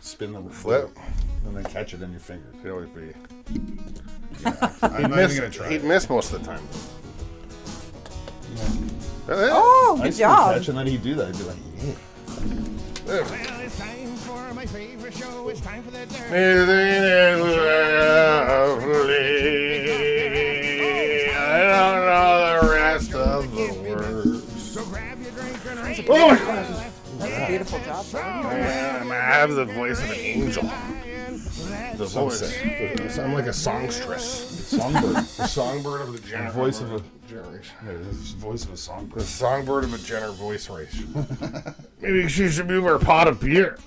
spin the flip, and then catch it in your fingers. He'd always be. He'd I'm not miss- even gonna try. He'd it. miss most of the time. Oh, I'd good still job. Catch, and then he'd do that. He'd be like, yeah. Oh, Well, it's time for my favorite show. It's time for the dirt. Everything is lovely. I don't know the rest of the words. So grab your drink and raise it. Oh my God. That's a beautiful job. Brian. Um, I have the voice of an angel. The Some voice. say. I sound like a songstress. Songbird. The songbird of the gener- voice of a- generation. Yeah, this is the voice of a songbird. The songbird of a gener voice race. Maybe she should move her pot of beer.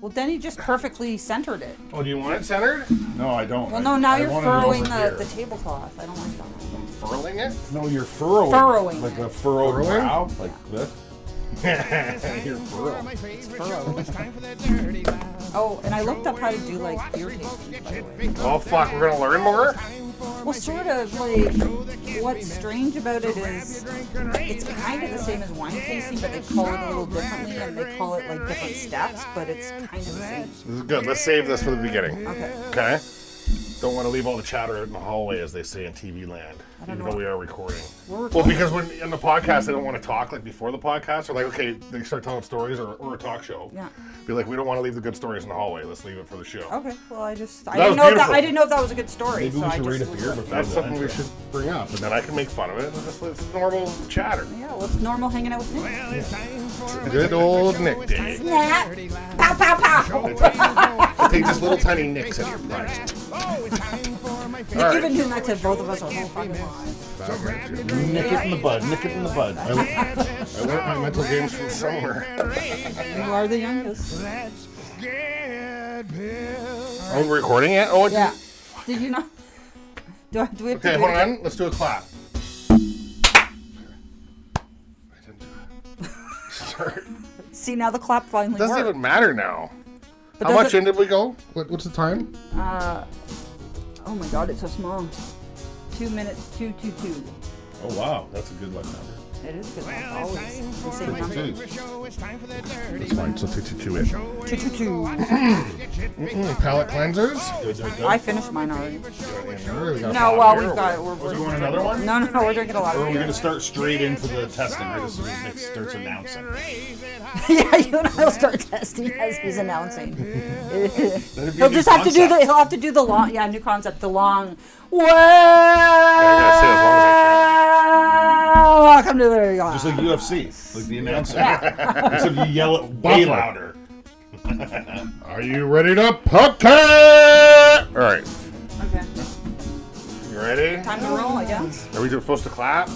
Well, then you just perfectly centered it. Oh, do you want it centered? No, I don't. Well, I- no, now I you're want it over furrowing here. the, the tablecloth. I don't like that. Furling it? No, you're furrowing. Furrowing. Like a furrowed Furrowing? brow. Like this. It's time for my favorite show. Oh. It's time for the dirty laugh. Oh, and I looked up how to Where do you like watch beer three tasting. folks get shit big Oh, fuck, we're gonna learn more? time for my Well, sort of like what's strange about it is it's kind of the same as wine tasting, but they call it a little differently and they call it like different steps, but it's kind of the same. This is good. Let's save this for the beginning. Okay. Okay? Don't want to leave all the chatter out in the hallway, as they say in TV land, even know. though we are recording. We're Well, because when in the podcast, they don't want to talk like before the podcast. They're like, okay, they start telling stories or, or a talk show. Yeah. Be like, we don't want to leave the good stories in the hallway. Let's leave it for the show. Okay. Well, I just That I didn't was know that beautiful. I didn't know if that was a good story. Maybe so we I should just read a looked beer up- before That's the something we intro. should bring up, and then I can make fun of it. And just it's normal chatter. Yeah. Well, it's normal hanging out with me. Well, it's time for my Good old Nick favorite Day. show. Dirty laugh. Pow pow pow. Take just little tiny nicks at your price. Oh, it's time for my They've favorite even done that to both of us our whole fucking lives. Nick it in the bud. Nick it in the bud. I like- I learned my mental games from somewhere. You are the youngest. Let's get Bill. Oh, we're recording it? Oh, it- Yeah. Did you not? Do, I, do we have Okay, to do hold it again? on. Let's do a clap. I didn't do it. Start. See now the clap finally Doesn't worked. even matter now. But How does much it- in did we go? What, what's the time? Oh my god, it's so small. Two minutes, two, two, two. Oh, wow. That's a good luck number. It is good. That's Well, it's always time the for same my number. favorite show. It's time for the dirty Fine, so 52 in. show where Two, two, you go two. watch folks get shit big up. Palette cleansers? Good, good, good. I finished mine already. We got No, five well, here. we've got it. We're, Was we're there one another one? No, no, no, we're drinking a lot Or are of we going beer. to start straight into the testing right as soon as Grab Nick your starts drink announcing? and raise it high. yeah, you and I will start testing as he's announcing. That'd be a he'll new just have to do the. concept. He'll have to do the long. Yeah, new concept. The long. Well, gotta say welcome to the. Just like UFC, like the announcer. Except you yell it way Buffer. louder. Are you ready to pucker? All right. okay. You ready? Time to roll, I guess. Are we just supposed to clap?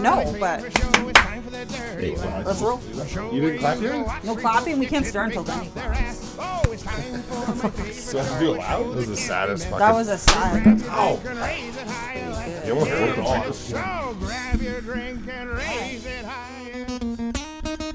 No, but Favorite show. It's time for the dirty laugh. let's roll. Show You where didn't clap go yet? watch No three clapping. We folks can't get start shit until Danny big up their ass. Oh, it's time for my favorite So I have to do it show. loud? This is the saddest fucking. That was a sign. Ow. Can raise it higher like a You almost broke it off. So grab your drink and raise it higher.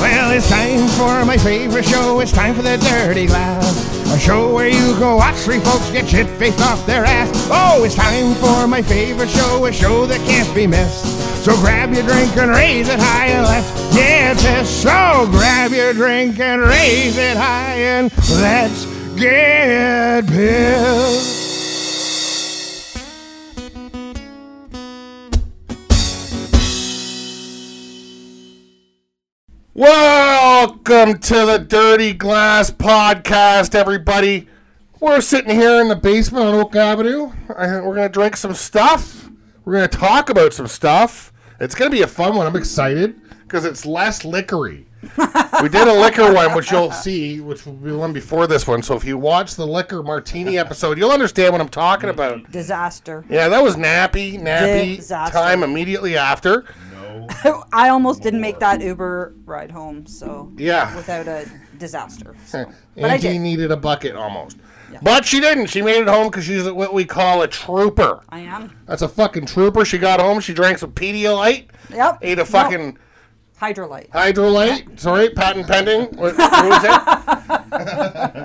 Well, it's time for my favorite show. It's time for the Dirty Laugh, a show where you go watch three folks get shit faced off their ass. Oh, it's time for my favorite show, a show that can't be missed. So grab your drink and raise it high and let's get this. So grab your drink and raise it high and let's get pissed. Welcome to the Dirty Glass Podcast, everybody. We're sitting here in the basement on Oak Avenue. I- We're going to drink some stuff. We're going to talk about some stuff. It's going to be a fun one. I'm excited because it's less liquory. we did a liquor one, which you'll see, which will be the one before this one. So if you watch the liquor martini episode, you'll understand what I'm talking about. Disaster. Yeah, that was nappy, nappy Disaster. time immediately after. I almost didn't make that Uber ride home, so Yeah. without a disaster. So. But I Angie did. needed a bucket almost. But she didn't. She made it home because she's what we call a trooper. I am. That's a fucking trooper. She got home. She drank some Pedialyte, Yep. ate a fucking Hydrolite. Hydrolite. Sorry, patent pending. What, what was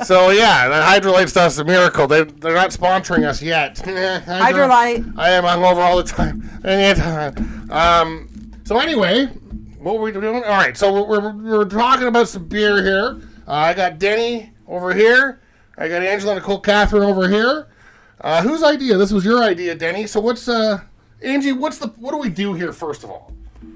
it? so yeah, that Hydrolite's that's a miracle. They they're not sponsoring us yet. Hydrolite. I am hungover all the time. Any time. Um. So anyway, what were we doing? All right. So we're we're, we're talking about some beer here. Uh, I got Denny over here. I got Angela Nicole Catherine over here. Uh, whose idea? This was your idea, Denny. So what's uh, Angie? What's the what do we do here first of all?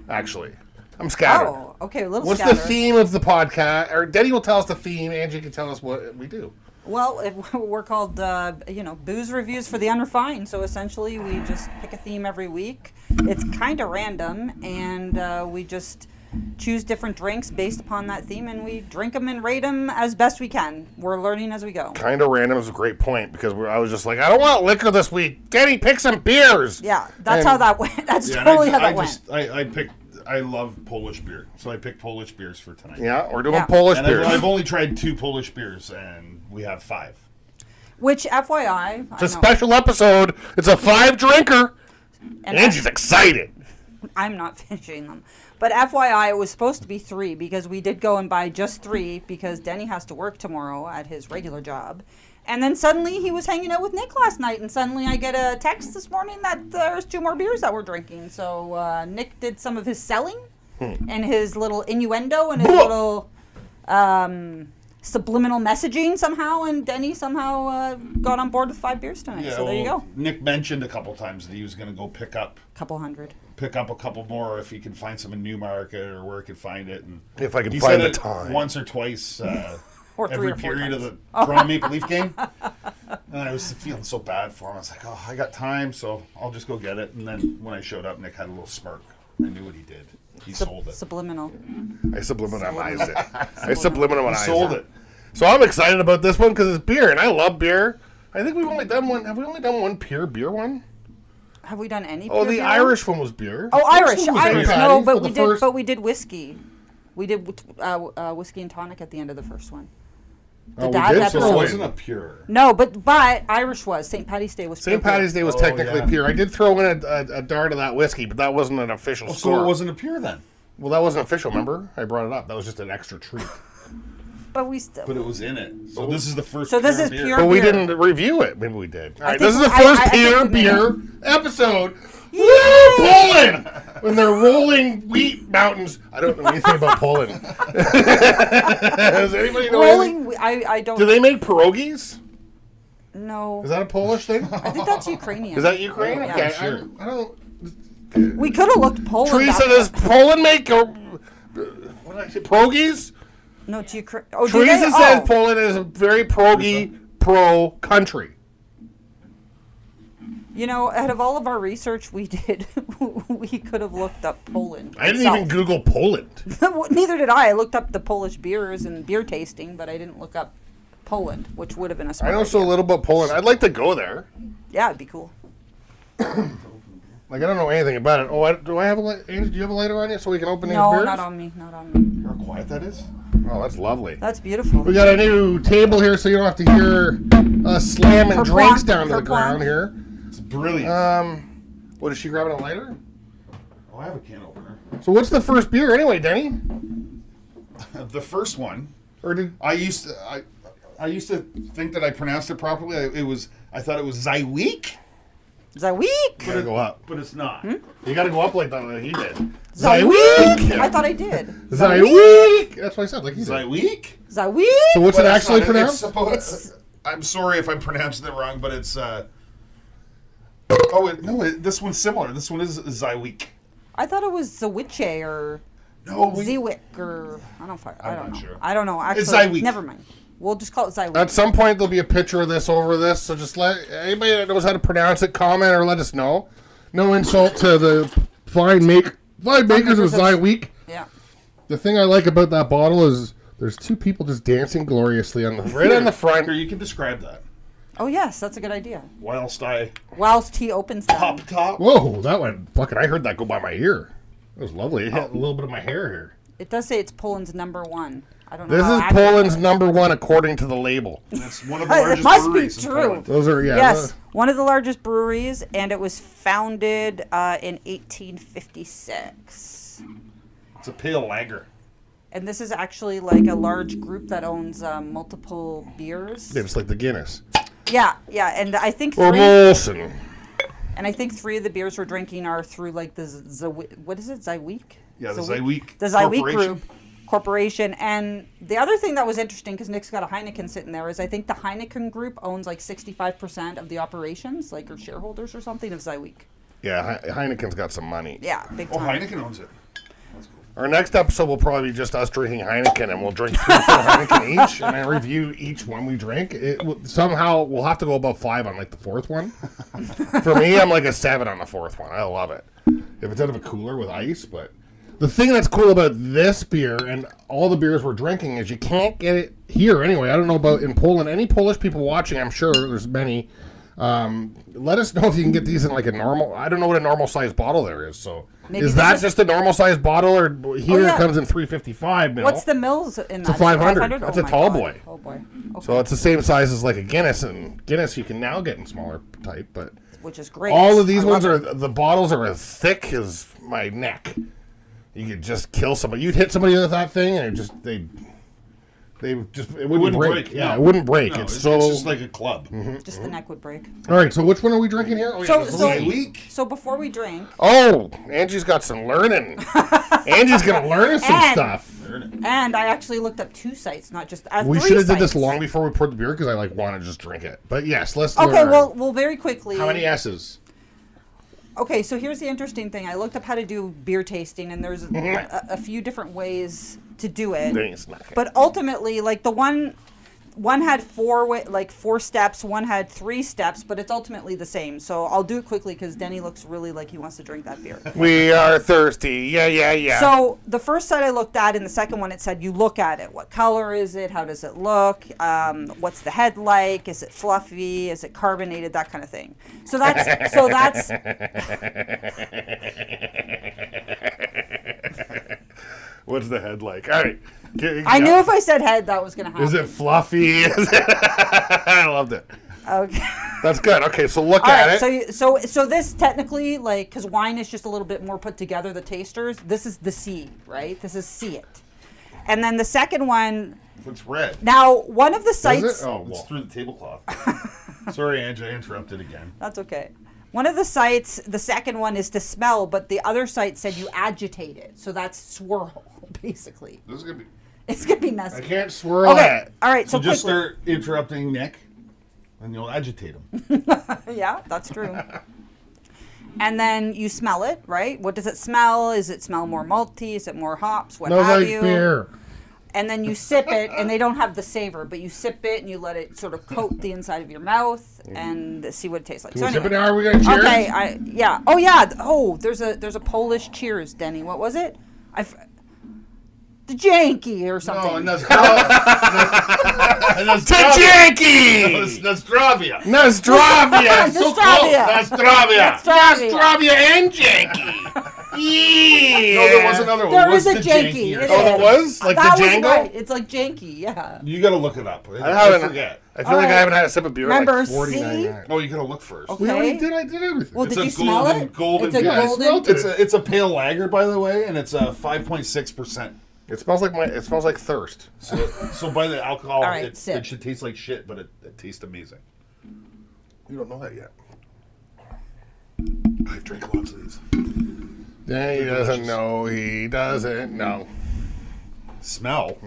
Actually, I'm scattered. Oh, okay, a little What's scattered. the theme of the podcast? Or Denny will tell us the theme. Angie can tell us what we do. Well, it, we're called, uh, you know, booze reviews for the unrefined. So essentially, we just pick a theme every week. It's kind of random, and uh, we just choose different drinks based upon that theme, and we drink them and rate them as best we can. We're learning as we go. Kind of random is a great point because we're, I was just like, I don't want liquor this week. Denny, pick some beers. Yeah, that's And- how that went. That's Yeah, totally I, how that I went. just I, I picked I love Polish beer, so I picked Polish beers for tonight. Yeah, we're doing Yeah. Polish and I've, beers. I've only tried two Polish beers, and we have five. Which, FYI, I it's a know, special episode. It's a five drinker. and Angie's excited. I'm not finishing them. But FYI, it was supposed to be three because we did go and buy just three because Denny has to work tomorrow at his regular job. And then suddenly he was hanging out with Nick last night, and suddenly I get a text this morning that there's two more beers that we're drinking. So uh, Nick did some of his selling and his little innuendo and his little um, subliminal messaging somehow, and Denny somehow uh, got on board with five beers tonight. so there you well, go. Nick mentioned a couple times that he was going to go pick up Couple hundred. pick up a couple more if he can find some in Newmarket or where he could find it. And If I can he said find the it time. once or twice uh, Or three every or four period of the times. Toronto Maple Leaf game. And I was feeling so bad for him. I was like, oh, I got time, so I'll just go get it. And then when I showed up, Nick had a little smirk. I knew what he did. He Sub- sold it. Subliminal. I subliminalized it. I subliminalized he sold it. So I'm excited about this one because it's beer, and I love beer. I think we've only done one. Have we only done one pure beer one? Have we done any? Oh, pure the beer? Irish one was beer. Oh, Irish, one was Irish. beer. No, but For the we did, first- but we did whiskey. We did uh, uh, whiskey and tonic at the end of the first one. Oh, we dad did? that So Oh, it wait. wasn't a pure. No, but but Irish was St. Patty's Day was St. Patty's Day was Oh, technically yeah. pure. I did throw in a, a, a dart of that whiskey, but that wasn't an official Oh, So score. it wasn't a pure then. well, that wasn't official. Remember, I brought it up. That was just an extra treat. but we still. But it was in it. So this is the first. So this pure is beer. pure- but we Beer. didn't review it. Maybe we did. All right, think- this is the I- first I- I pure think we beer episode. Woo, Poland! When they're rolling wheat mountains. I don't know anything about Poland. Does anybody know? anything? Rolling, we- I I don't Do they make pierogies? know. Is that a Polish thing? I think that's Ukrainian. Is that Ukraine? Oh, Yeah. Okay, Sure. I, I don't. we could have looked Poland. Teresa, up. does Poland make uh, what did I say, pierogies? no, it's Ukraine. Oh, do they? Teresa says Oh. Poland is a very pierogi pro country. You know, out of all of our research, we did. we could have looked up Poland. I didn't even itself. Google Poland. Well, Neither did I. I looked up the Polish beers and beer tasting, but I didn't look up Poland, which would have been a I smart know so idea. little about Poland. I'd like to go there. Yeah, it'd be cool. Like I don't know anything about it. Oh, I, do I have a light? Angie, do you have a lighter on you so we can open these No, beers? not on me. Not on me. You know How quiet that is. Oh, that's lovely. That's beautiful. We got a new table here, so you don't have to hear us slamming Kerplunk, drinks down to the kerplunk. ground here. It's brilliant. Um, what is she grabbing a lighter? oh, I have a can opener. So what's the first beer anyway, Denny? The first one, Or did I used to, I, I used to think that I pronounced it properly. I, it was, I thought it was Zyweek, Is that week? gotta go up? but it's not. Hmm? You gotta go up like that, like he did. Zyweek? I thought I did. Zyweek. That's what I said. Like he said. Zyweek. So Zyweek? what's But it it's actually not- pronounced? It's suppo- It's- I'm sorry if I'm pronouncing it wrong, but it's. Uh, oh it, no, it, this one's similar. This one is Zyweek. I thought it was Zawiche or No, we, Zewick or I don't fi- I I'm don't not know. sure. I don't know. Actually, It's Zyweek. Never mind. We'll just call it Zyweek. At some point, there'll be a picture of this over this. So just let anybody that knows how to pronounce it comment or let us know. No insult to the fine make fine makers of makers of- Zyweek. yeah. The thing I like about that bottle is there's two people just dancing gloriously on the right on the Here, front. you can describe that Oh yes, that's a good idea. whilst I Whilst he opens them. pop top. Whoa, that went fucking! I heard that go by my ear. It was lovely. It hit a little bit of my hair here. It does say it's Poland's number one. Oh, I don't know. This how is accurate Poland's that number one according to the label. That's one of the It largest must be breweries in true. Poland. Those are yeah. Yes, the- one of the largest breweries, and it was founded uh, in 1856. It's a pale lager. and this is actually like a large group that owns um, multiple beers. It's like the Guinness Yeah, yeah, and I think or three, Molson. and I think three of the beers we're drinking are through like the Z- Zywe- what is it Zyweek? Yeah, the Zyweek the Zyweek Corporation. Group Corporation. And the other thing that was interesting because Nick's got a Heineken sitting there is I think the Heineken Group owns like sixty five percent of the operations, like or shareholders or something of Zyweek. Yeah, He- Heineken's got some money. Yeah, big Oh, time. Heineken owns it. That's cool. Our next episode will probably be just us drinking Heineken, and we'll drink three, or four Heineken each, and I review each one we drink. It, will- somehow we'll have to go above five on like the fourth one. For me, I'm like a seven on the fourth one. I love it. If it's out of a cooler with ice, but the thing that's cool about this beer and all the beers we're drinking is you can't get it here anyway. I don't know about in Poland. Any Polish people watching? I'm sure there's many. Um, let us know if you can get these in like a normal. I don't know what a normal size bottle there is. So Maybe is this that is- just a normal sized bottle, or here Oh, yeah. it comes in three fifty five. What's the mills in that? a 500. 500? That's Oh a my tall God. boy. Oh boy. Okay. So it's the same size as like a Guinness, and Guinness you can now get in smaller type, but Which is great. all of these I ones love are it. the bottles are as thick as my neck. You could just kill somebody. You'd hit somebody with that thing, and it just they they would just it wouldn't, break. Yeah, no. it wouldn't break. No, it's, it's so just like a club. just the neck would break. all right. So which one are we drinking here? Oh, yeah, So- this is so- Zyweek. Zyweek. So before we drink, oh, Angie's got some learning. Angie's gonna learn us some And- stuff. and I actually looked up two sites, not just uh, We three should have did this sites. long before we poured the beer because I like want to just drink it. But yes, let's. Okay, learn. well, well, very quickly. how many S's? Okay, so here's the interesting thing. I looked up how to do beer tasting, and there's Mm-hmm. a, a few different ways to do it. Thanks, Nick. But ultimately, like the one, one had four wa- like four steps. One had three steps, but it's ultimately the same. So I'll do it quickly because Denny looks really like he wants to drink that beer. We are thirsty. Yeah, yeah, yeah. So the first site I looked at, and the second one, it said you look at it. What color is it? How does it look? Um, what's the head like? Is it fluffy? Is it carbonated? That kind of thing. So that's so that's What's the head like? All right. G- I yeah. knew if I said head, that was gonna happen. Is it fluffy? Is it- I loved it. Okay. That's good. Okay, so look All at right. it. So you- so so this technically like because wine is just a little bit more put together. The tasters. This is the C, right? This is see it. And then the second one. It's red. Now one of the Is it? sites. Oh, It's well. through the tablecloth. Sorry, Angie, I interrupted again. That's okay. One of the sites, the second one is to smell, but the other site said you agitate it. So that's swirl, basically. This is gonna be. It's gonna be I messy. can't swirl Okay. it. All right. So So, just quickly. start interrupting Nick, and you'll agitate him. Yeah, that's true. and then you smell it, right? What does it smell? Is it smell more malty? Is it more hops? What No have like you? beer. And then you sip it, and they don't have the savor, but you sip it and you let it sort of coat the inside of your mouth and see what it tastes like. Can so we sip it anyway. now? Are we gonna cheers? Okay, I yeah. Oh yeah. th- Oh, there's a there's a Polish cheers, Denny. What was it? I f- the janky or something. Oh, Nostrovia. Tajanki! Nostrovia. Nostrovia! so close. Nostrovia. Nostrovia! Nostrovia. Nostrovia and Janky! yeah! No, Oh, there was another one. There What's is the a janky. jankier? It Oh, is. there was? Like that the was Django? right. It's like janky. Yeah. You gotta look it up. I, I, haven't, forget. I feel like Alright. I haven't had a sip of beer in, Remember, like 49 see? years. Oh, you gotta look first. Okay. We already did. I did everything. Well, It's did a you smell golden- it? golden it's a beer. I golden. smelled It's a it's a pale lager, by the way, and it's a five point six percent. it smells like my. It smells like thirst. So so by the alcohol, All right, it, sip. it should taste like shit, but it, it tastes amazing. You don't know that yet. I've drank lots of these. he doesn't know. He doesn't know. Smell.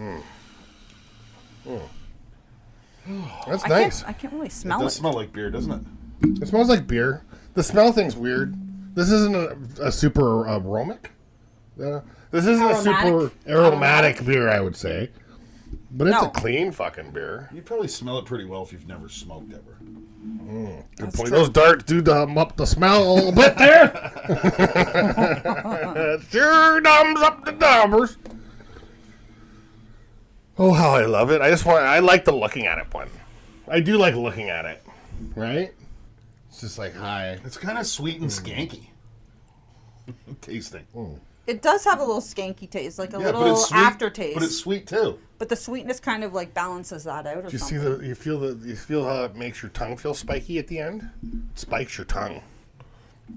That's I nice. can't. I can't really It smell it. does smell like beer, doesn't it? It smells like beer. The smell thing's weird. This isn't a, a super aromatic. Uh, this isn't a Aromatic? super aromatic beer, I would say. But it's No. a clean fucking beer. You probably smell it pretty well if you've never smoked ever. Good point. Those darts do dumb up the smell a little bit there. sure dumbs up the numbers. Oh, how I love it. I just want, I like the looking at it one. I do like looking at it, right? It's just like, hi. It's kind of sweet and skanky. Tasting. It does have a little skanky taste, like a Yeah, little sweet, aftertaste. But it's sweet too. But the sweetness kind of like balances that out. Or Do you see something. the, you feel the, you feel how it makes your tongue feel spiky at the end? It spikes your tongue.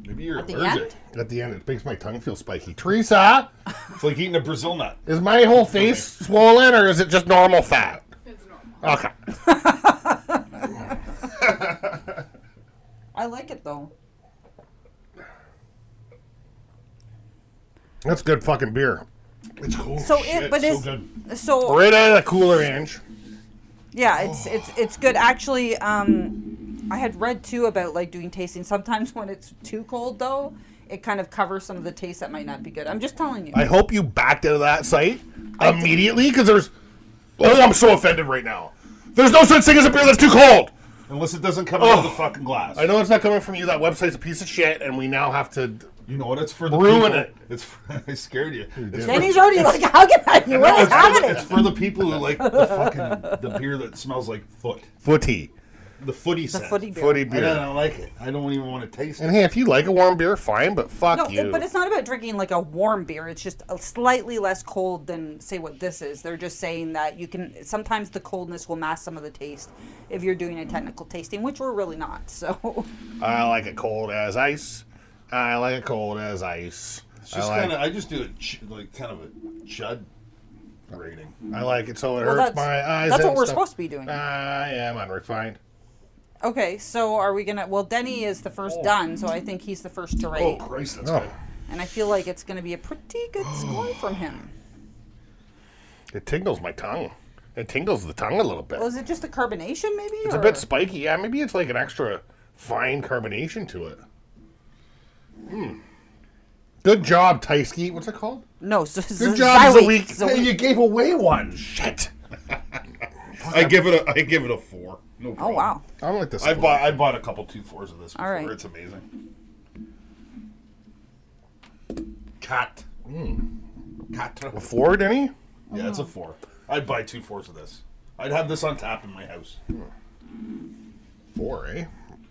Maybe you're the allergic. end? At the end, it makes my tongue feel spiky. Teresa, It's like eating a Brazil nut. is my whole face swollen or is it just normal fat? It's normal. Okay. I like it though. That's good fucking beer. It's cool. So Shit, it, but so it's good. so Right out of the cooler, Ange. yeah, it's it's it's good actually. Um, I had read too about like doing tasting. Sometimes when it's too cold though, it kind of covers some of the taste that might not be good. I'm just telling you. I hope you backed out of that site immediately because there's. Oh, I'm so offended right now. There's no such thing as a beer that's too cold. Unless it doesn't come Oh. out of the fucking glass. I know it's not coming from you. That website's a piece of shit, and we now have to. You know what? It's for the Ruin people. it. It's for, I scared you. It's Then for, he's already like hugging at you. no, What it's, is for the, happening? it's for the people who like the fucking the beer that smells like foot. Footy. The footy scent. Footy beer. Footy I don't, I beer. don't like it. I don't even want to taste And it. hey, if you like a warm beer, fine, but fuck No, you. it- but it's not about drinking like a warm beer. It's just a slightly less cold than say what this is. They're just saying that you can sometimes the coldness will mask some of the taste if you're doing a technical tasting, which we're really not. So I like it cold as ice. I like it cold as ice. It's just I like, kind of. I just do it ch- like kind of a chud rating. I like it so it Well, hurts that's- my eyes. that's and what we're stuff. Ah. supposed to be doing. I am unrefined. okay, so are we gonna? Well, Denny is the first done, so I think he's the first to Oh rate, Christ, that's Oh, good. and I feel like it's gonna be a pretty good score from him. it tingles my tongue. It tingles the tongue a little bit. Well, is it just the carbonation maybe? It's a bit spiky. Yeah, maybe it's like an extra fine carbonation to it. Hmm. Good job, Tyske. What's it called? no, so Good job, Zoe. Hey, you gave away one. Shit. I give it a. I give it a four. No Oh problem. wow. I'm like this. I bought. I bought a couple two fours of this. Before. All right. It's amazing. Cat. Cat. Ford any? Yeah, it's a four. I'd buy two fours of this. I'd have this on tap in my house. Four, eh?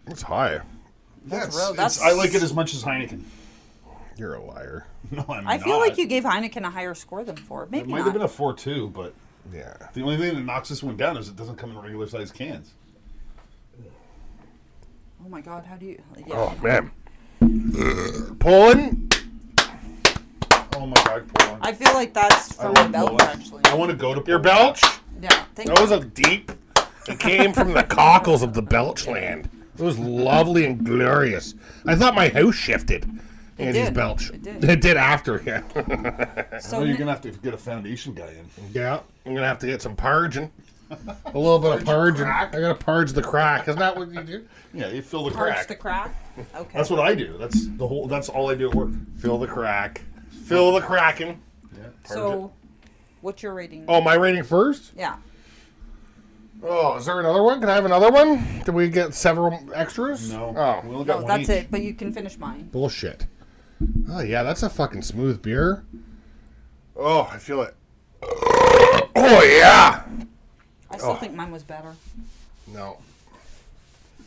That's high. That's, real- it's- that's- I like it as much as Heineken. You're a liar. No, I'm I feel not. like you gave Heineken a higher score than four. It Maybe might not. have been a four two, but Yeah. the only thing that knocks this one down is it doesn't come in regular size cans. oh my god, how do you? Yeah. Oh man. Ugh. Poland. Oh my god, Poland. I feel like that's from love a belt, Poland. actually. I want to go to Your Poland. belch. Yeah, thank That you. was a deep. It came from the cockles of the belch land. It was lovely and glorious. I thought my house shifted. Andy's did. belch. It did. It did after. Yeah. So Oh, you're Nick- gonna have to get a foundation guy in. Yeah, I'm gonna have to get some parging. A little bit of parging. I gotta parge the crack. Isn't that what you do? Yeah, you fill the parts crack. the crack. Okay. That's what I do. That's the whole. That's all I do at work. Fill the crack. Fill the cracking. Yeah. so, what's your rating? Oh, my rating first. Yeah. Oh, is there another one? Can I have another one? Did we get several extras? No. Oh, We only got No, one that's each. it. But you can finish mine. bullshit. Oh yeah, that's a fucking smooth beer. Oh, I feel it. Oh yeah. I Oh. still think mine was better. No.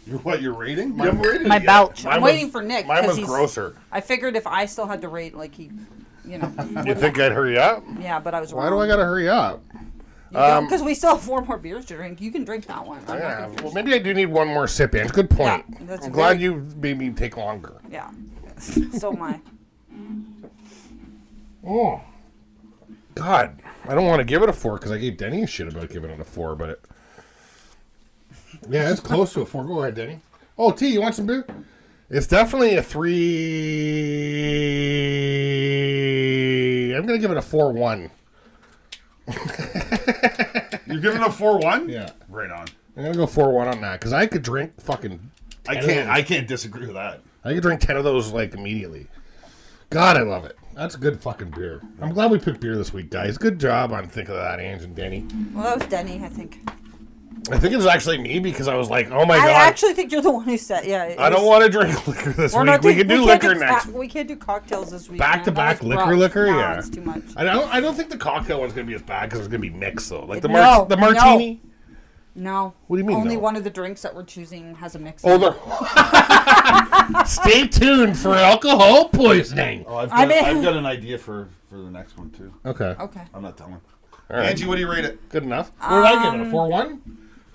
You're what? You're rating? You haven't rated My it yet. belch. Mine I'm was- waiting for Nick. Mine 'cause was he's- grosser. I figured if I still had to rate, like he, you know, You think I'd hurry up? yeah. But I was. Why do I gotta hurry up? um, Because we still have four more beers to drink. You can drink that one. I'm not Yeah, gonna well, finish- maybe I do need one more sip, Ange. Good point. Yeah, that's I'm a glad very- you made me take longer. yeah. so my. Oh, God, I don't want to give it a four because I gave Denny a shit about giving it a four, but it... yeah, it's close to a four. Go ahead, Denny. Oh, T, you want some beer? It's definitely a three. I'm gonna give it a four-one. You're giving a four one? Yeah. Right on. I'm gonna go four-one on that because I could drink fucking. I ten of can't. those. I can't disagree with that. I could drink 10 of those like immediately. God, I love it. That's a good fucking beer. I'm glad we picked beer this week, guys. Good job on thinking of that, Ange and Danny. Well, that was Denny, I think. I think it was actually me because I was like, oh my I God. actually think you're the one who said, yeah. it I don't was- want to drink liquor this We're week. not We doing- can do can't liquor do next. fa- we can't do cocktails this week. Back to back liquor, liquor, No, yeah. it's too much. I don't. I don't think the cocktail one's gonna be as bad because it's gonna be mixed though. Like the No, mar- the no. martini. No. What do you mean, Only no? one of the drinks that we're choosing has a mix. Oh, they're- Stay tuned for alcohol poisoning. Oh, I've got, I I mean- have got an idea for for the next one too. Okay. Okay. I'm not telling. All right. Angie, what do you rate it? Um, Good enough. What did I give it? A four one?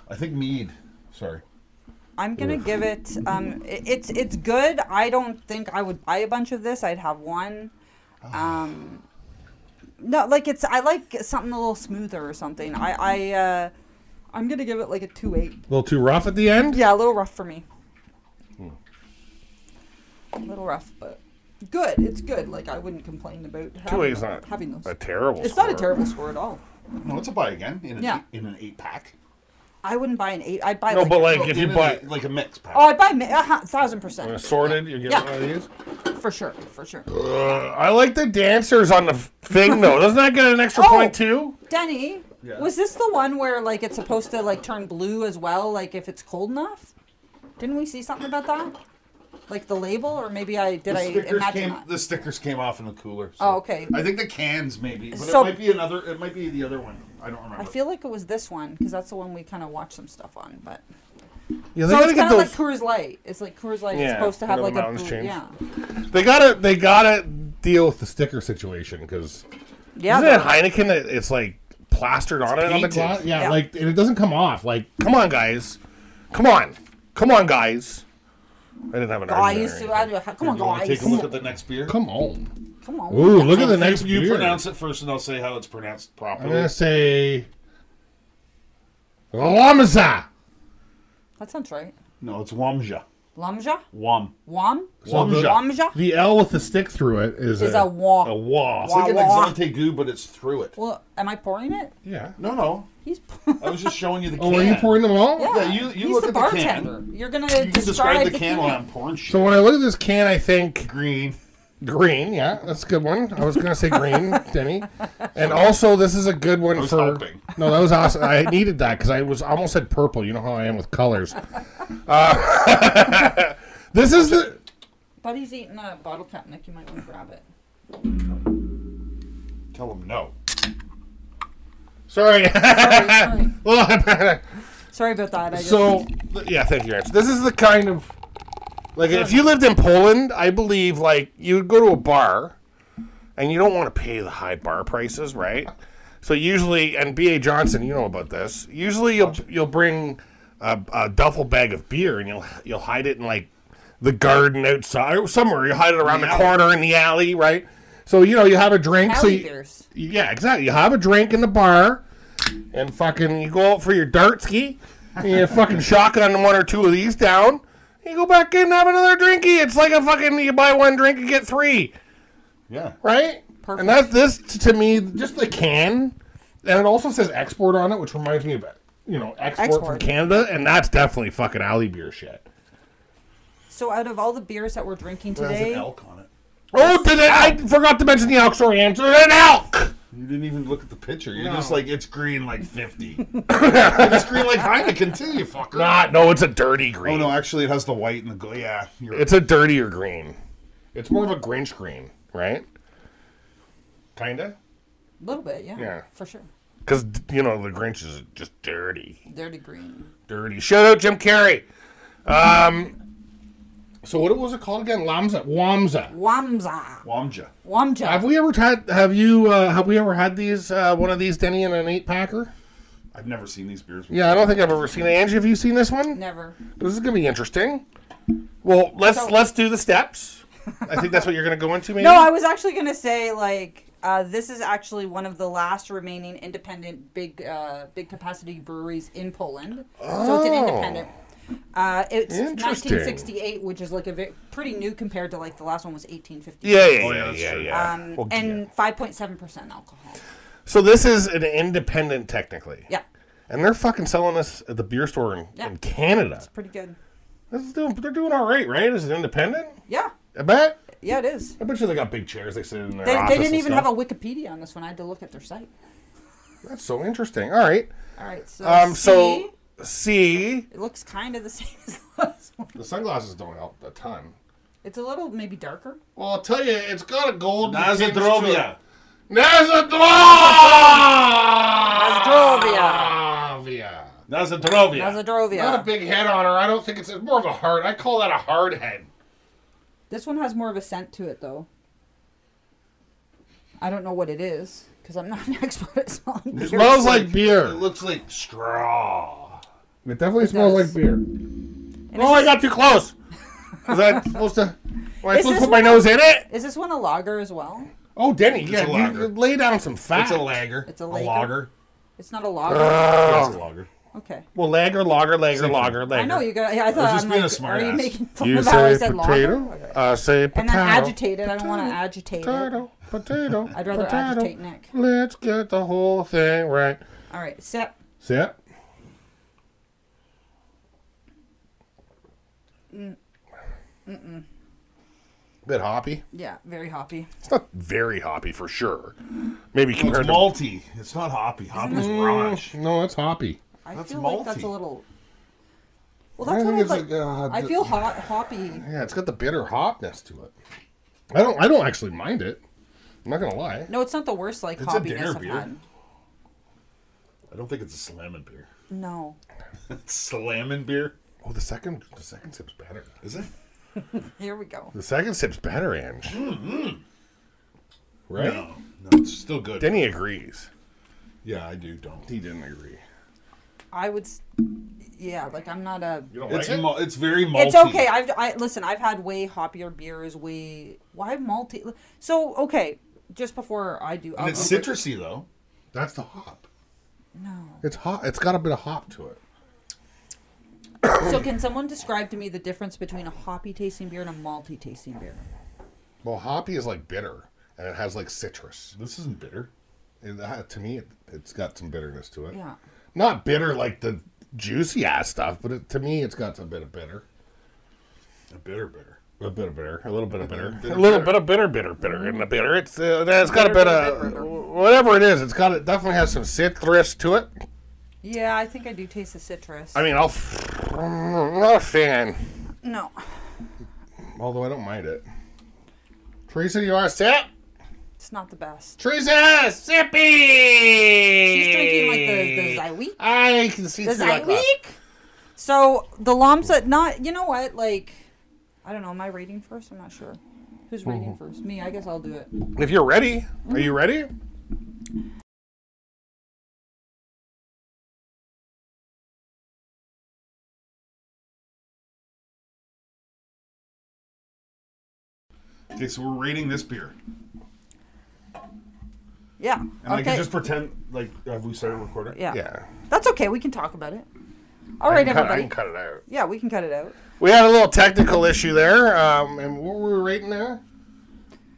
I think mead. Sorry. I'm gonna give it. Um, i- it's it's good. I don't think I would buy a bunch of this. I'd have one. Ah. Um, no, like it's. I like something a little smoother or something. I I uh, I'm gonna give it like a two eight. little too rough at the end. Yeah, a little rough for me. Hmm. A little rough, but good. It's good. Like I wouldn't complain about Two having, eight's not having those. a terrible. It's not a score. terrible score at all. No, it's a buy again in an, Yeah. eight, in an eight pack. I wouldn't buy an eight. I'd buy No, like, but like No, if in you an buy eight- like a mix pack. oh, I'd buy a uh, thousand uh, percent sorted, you get Yeah. one of these. for sure, for sure. I like the dancers on the thing though. Doesn't that get an extra Oh. point too? Denny, Yeah. was this the one where like it's supposed to like turn blue as well, like if it's cold enough? Didn't we see something about that? Like the label, or maybe I did the I stickers imagine came. that? The stickers came off in the cooler. so- Oh, okay. I think the cans maybe, but So- it might be another. It might be the other one. I don't remember. I feel like it was this one because that's the one we kind of watched some stuff on. But Yeah, so it's kind of like Coors Light. It's like Coors Light is Yeah, supposed to I have know the like a mountains blue- change. yeah, They gotta they gotta deal with the sticker situation because yeah. isn't it but- Heineken that it's like plastered on it on the painted. glass? Yeah, Yeah. like and it doesn't come off. Like, come on, guys, come on, come on, guys. I didn't have an I argument used or to. Oh I, anything. do- come on, You want to guys. take a look at the next beer? Come on. Come on. Ooh, look You- at the next You beer. pronounce it first, and I'll say how it's pronounced I'm properly. gonna say Oh. Lamaza. That sounds right. No, it's Wamja. Lamja? Wam. Wam? Wamja. Wamja? The L with the stick through it is, Is a wa. A wa. It's like an Wah, wah. Exante goo, but it's through it. Well, am I pouring it? Yeah. No, no. He's. I was just showing you the. Oh, can. are you pouring them all? Yeah, you- you He's look the at the can. bartender. You're gonna You can describe the can can. while I'm pouring shit. So when I look at this can, I think Green. green. Yeah, that's a good one. I was gonna say green, Denny. And also, this is a good one was for. hoping. No, that was awesome. I needed that because I was almost said purple. You know how I am with colors. Uh, this is the. Buddy's eating a bottle cap, Nick. You might want to grab it. Tell them no. Sorry. Sorry, sorry. Well, Sorry about that. I just, So yeah, thank you, Rance. This is the kind of like if you lived in Poland, I believe like you would go to a bar, and you don't want to pay the high bar prices, right? So usually, and B. A. Johnson, you know about this. Usually, you'll you'll bring a, a duffel bag of beer, and you'll you'll hide it in like the garden outside or somewhere. You hide it around the, The alley. corner in the alley, right? So you know you have a drink. so Alley you- beers. yeah, exactly. You have a drink in the bar, and fucking you go out for your dart ski, and you fucking shotgun one or two of these down. You go back in and have another drinky. It's like a fucking you buy one drink and get three, Yeah. right? Perfect. And that's this t- to me just the can, and it also says export on it, which reminds me of you know export, from Export. Canada, and that's definitely fucking alley beer shit. So out of all the beers that we're drinking It has an today, elk on it. Oh, did I, I forgot to mention the elk? Sorry, answer an elk. You didn't even look at the picture. You're just No. like it's green like fifty. it's green like Heineken too, you fucker. Nah, no, it's a dirty green. Oh no, actually, it has the white and the gold. Yeah, you're It's a dirtier green. It's more of a Grinch green, right? Kinda. a little bit, yeah, Yeah. for sure. Because you know the Grinch is just dirty, Dirty green. dirty. Shout out Jim Carrey. Um. So what was it called again? Lamza, Wamza. Wamza. Wamja. Have Wamja. we ever had? Have you? Uh, have we ever had these? Uh, one of these Denny in an eight packer? I've never seen these beers. Before. Yeah, I don't think I've ever seen it. Angie, have you seen this one? Never. This is gonna be interesting. Well, let's So- let's do the steps. I think that's what you're gonna go into, maybe. No, I was actually gonna say like uh, this is actually one of the last remaining independent big uh, big capacity breweries in Poland. So it's an independent. Uh, it's Oh. Interesting. 1968, which is like a ve- pretty new compared to like the last one was 1850. yeah, yeah, Oh, yeah, yeah, that's yeah, true. yeah. Um, Well, yeah. and 5.7% alcohol. So this is an independent technically. Yeah, And they're fucking selling this at the beer store in, Yeah. in Canada. pretty good. This is doing, they're doing all right, right? Is it independent? Yeah, I bet. yeah, it is. I bet you they got big chairs they sit in their They, office they didn't and even stuff. have a Wikipedia on this one. I had to look at their site. That's so interesting. All right. All right, so Um. C, So C. it looks kind of the same as the last one. The sunglasses don't help a ton. It's a little maybe darker. Well, I'll tell you, it's got a gold. Nazadrovia. Nazadrovia. Nazadrovia. Not a Nazadrovia. big head on her. I don't think it's, it's more of a hard. I call that a hard head. This one has more of a scent to it, though. I don't know what it is because I'm not an expert at smelling beer. Smells like It beer. looks like straw. It definitely smells does. like beer. And Oh, is, I got too close. Was I supposed to? Was I Is supposed this to put my one- nose in it? is this one a lager as well? Oh, Denny, yeah, a you- lager. you lay down some facts. It's a lager. Oh. It's a lager. lager? A lager. It's not a lager. Ah. Yeah, it's a lager. Okay. Well, lager, lager, lager, Same lager, lager. I know you got. Yeah, I thought just I'm being like, a are you smartass. making fun You of how I say said potato. lager? Okay. I say potato. And then agitate it. I don't want to agitate it. Potato, potato. I'd rather potato. agitate Nick. Let's get the whole thing right. All right, sip. Sip. Mm, Bit hoppy. Yeah, very hoppy. It's not very hoppy for sure. Maybe It's compared to malty. It's not hoppy. Hoppy's Mm. rash. no, it's hoppy. I That's feel like that's a malty. little. Well, that's I what think I it's like. like, uh, I the- feel hot, hoppy. Yeah, it's got the bitter hopness to it. I don't. I don't actually mind it. I'm not gonna lie. No, it's not the worst like It's a dinner hoppiness I've beer. had. I don't think it's a slamming beer. No, slamming beer? Oh, the second. The second sip's better. Is it? here we go. The second sip's better, Ange. Mm-hmm. Right? No. No, it's still good. Denny agrees. yeah, I do. Don't. He didn't agree. I would. s- Yeah, like I'm not a. You don't It's like it? mal- it's very malty. It's okay. I've I listen. I've had way hoppier beers. Way why multi. So okay, just before I do, oh, And it's I'll- citrusy though. That's the hop. oh, No. It's hot. It's got a bit of hop to it. So can someone describe to me the difference between a hoppy tasting beer and a malty tasting beer? Well, hoppy is like bitter, and it has like citrus. This isn't bitter. And that- to me, it, it's got some bitterness to it. Yeah. Not bitter like the juicy ass stuff, but it, to me, it's got a bit of bitter. A bitter bitter. A bit of bitter, a little bit of bitter, Bitter, a little bitter. bit of bitter, bitter, bitter, and the bitter. It's uh, it's got a bit bitter, of bitter. whatever it is. It's got it definitely has some citrus to it. Yeah, I think I do taste the citrus. I mean, I'll f- I'm not a fan, no. although I don't mind it. Teresa, you want a sip? It's not the best. Teresa, sippy. She's drinking like the, Eh. the Zyweek. I can see The through that glass. Zyweek? So the Lamsa, not, you know what? Like, I don't know. Am I rating first? I'm not sure. Who's rating Mm-hmm. first? Me. I guess I'll do it. If you're ready, are you ready? Okay, so we're rating this beer. Yeah. And I okay. can just pretend like have we started recording? yeah. Yeah. That's okay. We can talk about it. All right, I can cut- I everybody. can cut it out. Yeah, we can cut it out. We had a little technical issue there. Um, and what were we rating there?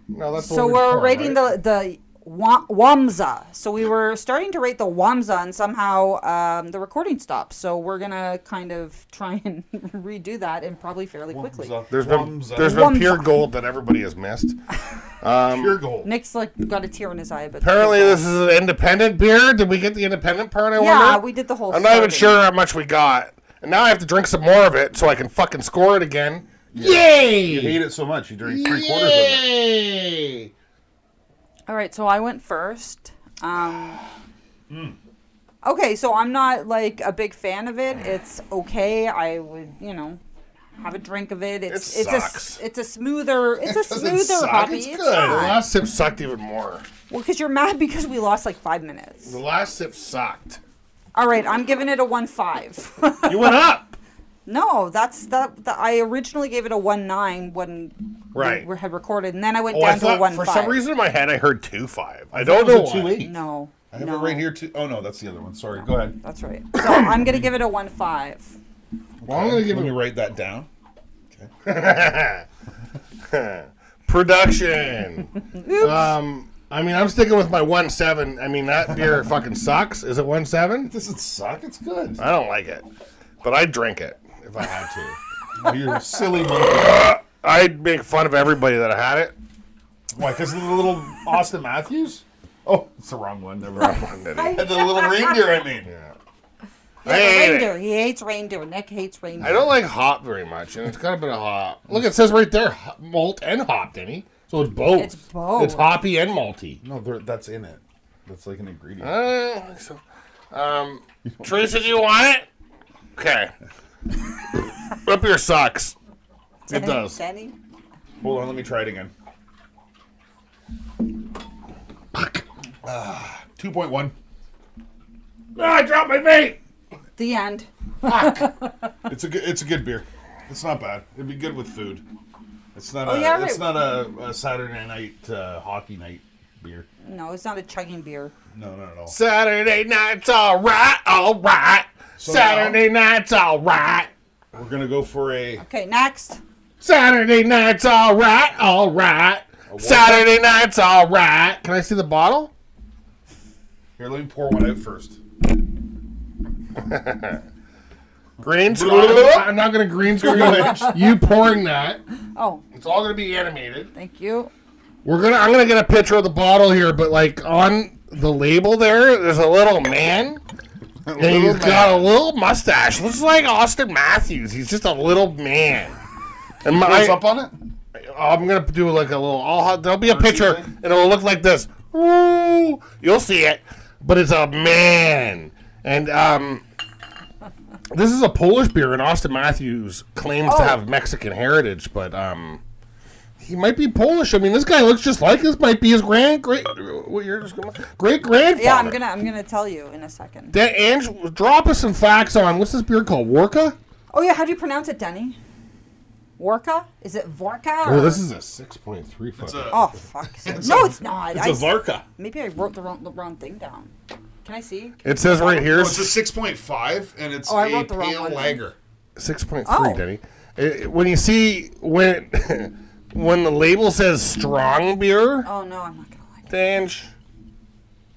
No, that's the So one we we're poured, rating right? the the wa- Wamza. So we were starting to rate the Wamza, and somehow um, the recording stopped. So we're gonna kind of try and redo that, and probably fairly quickly. There's been Thumbs up. there's Thumbs been pure up. gold that everybody has missed. pure gold. Nick's like got a tear in his eye, but Apparently, this is an independent beer. Did we get the independent part? I yeah, wonder. we did the whole. I'm not even sorting. sure how much we got, and now I have to drink some more of it so I can fucking score it again. Yay! You hate it so much you drink three quarters of it. Yay! All right, so I went first. Um, Hmm. Okay, so I'm not like a big fan of it. It's okay. I would, you know, have a drink of it. It's it's sucks. a s- it's a smoother it's a Doesn't smoother suck. hoppy. It's good. The not. last sip sucked even more. Well, because you're mad because we lost like five minutes. The last sip sucked. All right, I'm giving it a one five. You went up. no, that's that. The, I originally gave it a one nine when Right. we had recorded, and then I went Oh, down I thought to a one for five. some reason in my head I heard two five. I don't know Two why. eight. no, I have no, it right here too. Oh no, that's the other one. Sorry. Go ahead. That's right. So I'm gonna give it a one five. Well, I'm gonna give Let it me write that down. production. um, I mean, I'm sticking with my one seven. I mean, that beer fucking sucks. Is it one seven? It doesn't suck. It's good. I don't like it, but I'd drink it if I had to. Oh, you're a silly monkey. I'd make fun of everybody that had it. Why? Because of the little Austin Matthews? Oh, it's the wrong one. Never mind. I the little reindeer, I mean. Yeah, the hate reindeer. it. He hates reindeer. Nick hates reindeer. I don't like hop very much, and it's got a bit of hop. Look, it says right there, ho- malt and hop, Denny. So it's both. It's both. It's hoppy and malty. No, there- that's in it. That's like an ingredient. I don't think so. Uh, Um, Teresa, do you want it? Okay. Up your socks. It Danny- does. Danny? Hold on, let me try it again. Ah, 2.1. Ah, I dropped my vape. The end. It's a good, it's a good beer. It's not bad. It'd be good with food. It's not Oh, a. yeah, It's right. not a, a Saturday night uh, hockey night beer. No, it's not a chugging beer. No, not at all. Saturday night's all right, all right. So Saturday night's all right. We're gonna go for a. Okay, next. Saturday night's all right, all right. Saturday night's all right. Can I see the bottle? Here, let me pour one out first. Green screen. I'm not gonna green screen it. you pouring that. Oh, It's all gonna be animated. thank you. We're gonna. I'm gonna get a picture of the bottle here, but like on the label there, there's a little man, and Little he's got a man. little mustache. Looks like Austin Matthews. He's just a little man. And my, What's up on it? I'm gonna do like a little. I'll, there'll be a picture, thing? and it'll look like this. Ooh, you'll see it, but it's a man. And um, this is a Polish beer, and Austin Matthews claims Oh. to have Mexican heritage, but um, he might be Polish. I mean, this guy looks just like this. Might be his grand great what year is great grandfather. Yeah, I'm gonna I'm gonna tell you in a second. Dan, Ange, drop us some facts on what's this beer called? Warka? Oh yeah, how do you pronounce it, Denny? Worka? Is it Vorka? Oh, or- this is a six point three. fucking- Oh fuck! no, it's not. It's I a s- Varka. Maybe I wrote the wrong, the wrong thing down. Can I see? It says right here. Oh, it's a six point five, and it's Oh, I a wrote the wrong pale one. lager. Six point three, Oh. Denny. It- it- when you see when when the label says strong beer, Oh no, I'm not gonna lie. Dange,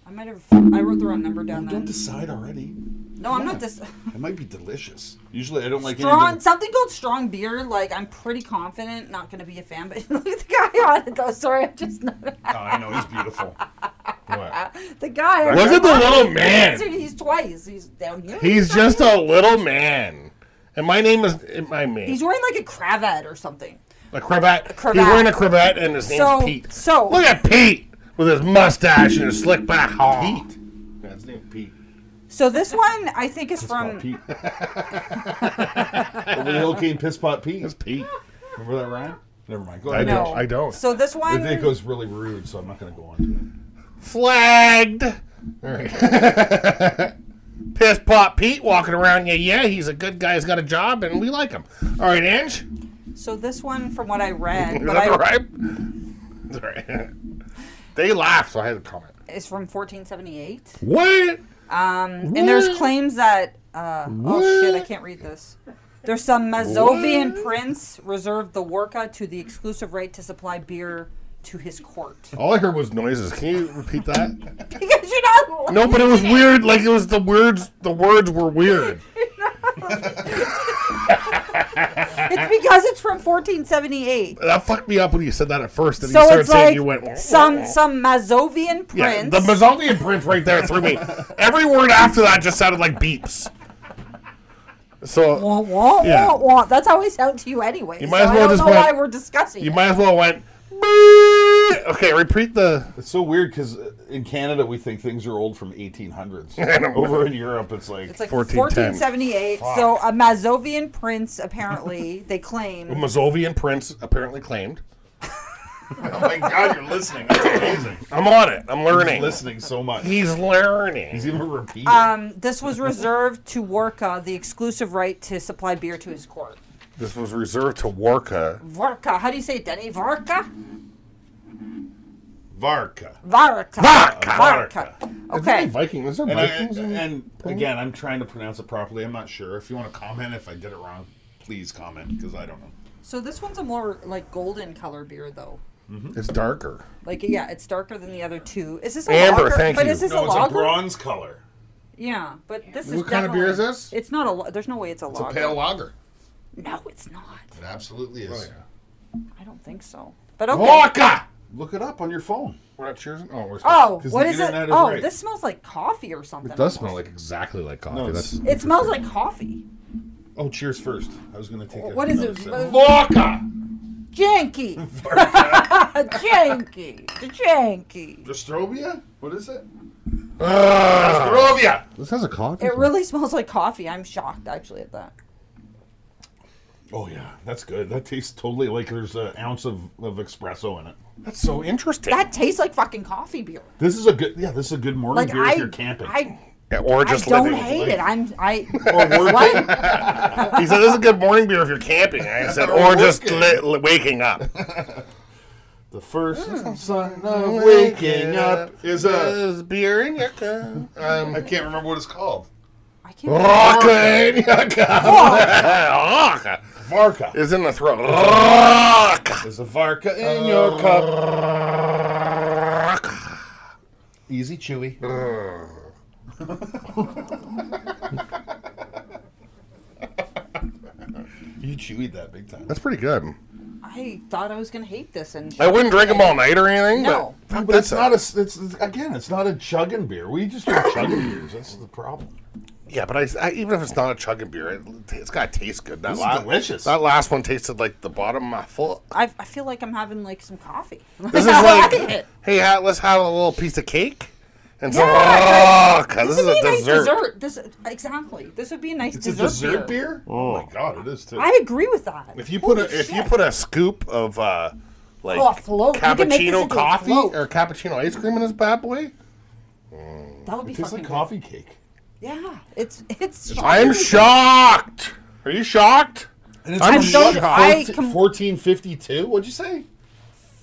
I might have. I wrote the wrong number down. Don't Then. decide already. No, I'm not this It might be delicious. Usually, I don't like strong. anything. Something called strong beer. Like I'm pretty confident. Not gonna be a fan, but look at the guy on it though. Sorry, I just noticed. Oh, I know he's beautiful. what? the guy. Look at the little He's- man. He's twice. He's down here. He's down just here. a little man. And my name is my name. He's wearing like a cravat or something. a cravat. cravat. He's wearing a cravat, and his name's So- Pete. so- look at Pete with his mustache and his slick back hair. Oh. Pete. Yeah, his name Pete. So this one I think is from. Pete. Over the hill came piss pot Pete. That's Pete. Remember that rhyme? Never mind. Go I ahead. don't. No. I don't. So this I one. think it goes really rude, so I'm not going to go on. to it. Flagged. All right. Piss pot Pete walking around. Yeah, yeah. He's a good guy. He's got a job, and we like him. All right, Ange. So this one, from what I read, Is but that I, the rhyme? Sorry. they laughed, so I had to comment. is from 1478. What? Um, and there's What? claims that uh, oh shit, I What? can't read this. There's some Mazovian prince reserved the Worka to the exclusive right to supply beer to his court. All I heard was noises. Can you repeat that? because you're not. no, but it was weird. Like it was the words. The words were weird. It's because it's from 1478. That fucked me up when you said that at first. And you So started it's saying like you went some some Mazovian Yeah, prince. the Mazovian prince right there threw me. Every word after that just sounded like beeps. So Wah, wah, Yeah. wah, wah. That's how I sound to you anyway. You might as so well I don't just know went- why we're discussing. you it. might as well went. "Beep." Okay, repeat the. It's so weird because in Canada, we think things are old from 1800s. know. Over in Europe, it's like, It's like 1410. 1478. So a Mazovian prince, apparently, they The claim. Mazovian prince apparently claimed. oh my God, you're listening. That's amazing. I'm on it. I'm learning. listening so much. He's learning. He's even repeating. Um, this was reserved to Worka, the exclusive right to supply beer to his court. This was reserved to Warka. Vorka, how do you say it, Denny? Vorka? Varka. Varka. Varka. Varka. Okay. Viking. Is there And, I, and again, I'm trying to pronounce it properly. I'm not sure. If you want to comment if I did it wrong, please comment because I don't know. So this one's a more like golden color beer, though. it's darker. Like, yeah, it's darker than the other two. Is this a Amber, lager? thank but you. is this No, a it's a lager? bronze color. yeah, but this is What kind of beer is definitely- this? It's not a. la- There's no way it's a It's lager. a pale lager. No, it's not. It absolutely is. I don't think so. But okay. Oh, Warka. Look it up on your phone. We're not cheersing. Oh, we're. Oh, 'Cause what the is it? internet is Oh, right. this smells like coffee or something. It does smell like exactly like coffee. No, That's it's- It smells like coffee. Oh, cheers first. I was gonna take it. What is it? Warka. Janky. janky. The janky. Distrobia? What is it? Astrovia. This has a coffee. It really smells like coffee. I'm shocked actually at that. Oh yeah, that's good. That tastes totally like there's an ounce of, of espresso in it. That's so interesting. That tastes like fucking coffee beer. This is a good yeah. This is a good morning Like beer I, if you're camping. I Yeah, or I just don't living. hate it. I'm I. working. what? He said, "This is a good morning beer if you're camping." I said, "Or just li- li- waking up." The first sign of Mm. waking up is a. There's beer in your cup. I can't remember what it's called. I can't. Vodka in your cup. Vodka Varka. is in the throat. Vodka. There's a Varka in your cup. Easy, chewy. Uh. you chewed that big time. That's pretty good. I thought I was gonna hate this and. I wouldn't drink them all night or anything. No. but, fuck, But that's it's not a. It's, it's- again. It's not a chugging beer. We just drink chugging beers. That's the problem. Yeah, but I, I- even if it's not a chugging beer, it, it's got to taste good. That This is la- delicious. That last one tasted like the bottom of my foot. I, I feel like I'm having like some coffee. This is I like, it. hey, ha- let's have a little piece of cake and some Yeah, vodka. This is would a be a nice dessert. dessert. This exactly. This would be a nice It's dessert, a dessert beer. Oh my god, it is too. I agree with that. if you put a, Holy if you shit. Put a scoop of uh, like Oh, a float. You can make this cappuccino into a coffee float. or cappuccino ice cream in this bad boy. that would be It tastes fucking like good. coffee cake. Yeah, it's it's. I'm shocked. Are you shocked? And it's I'm from so- what, I 14- com- 1452? What'd you say?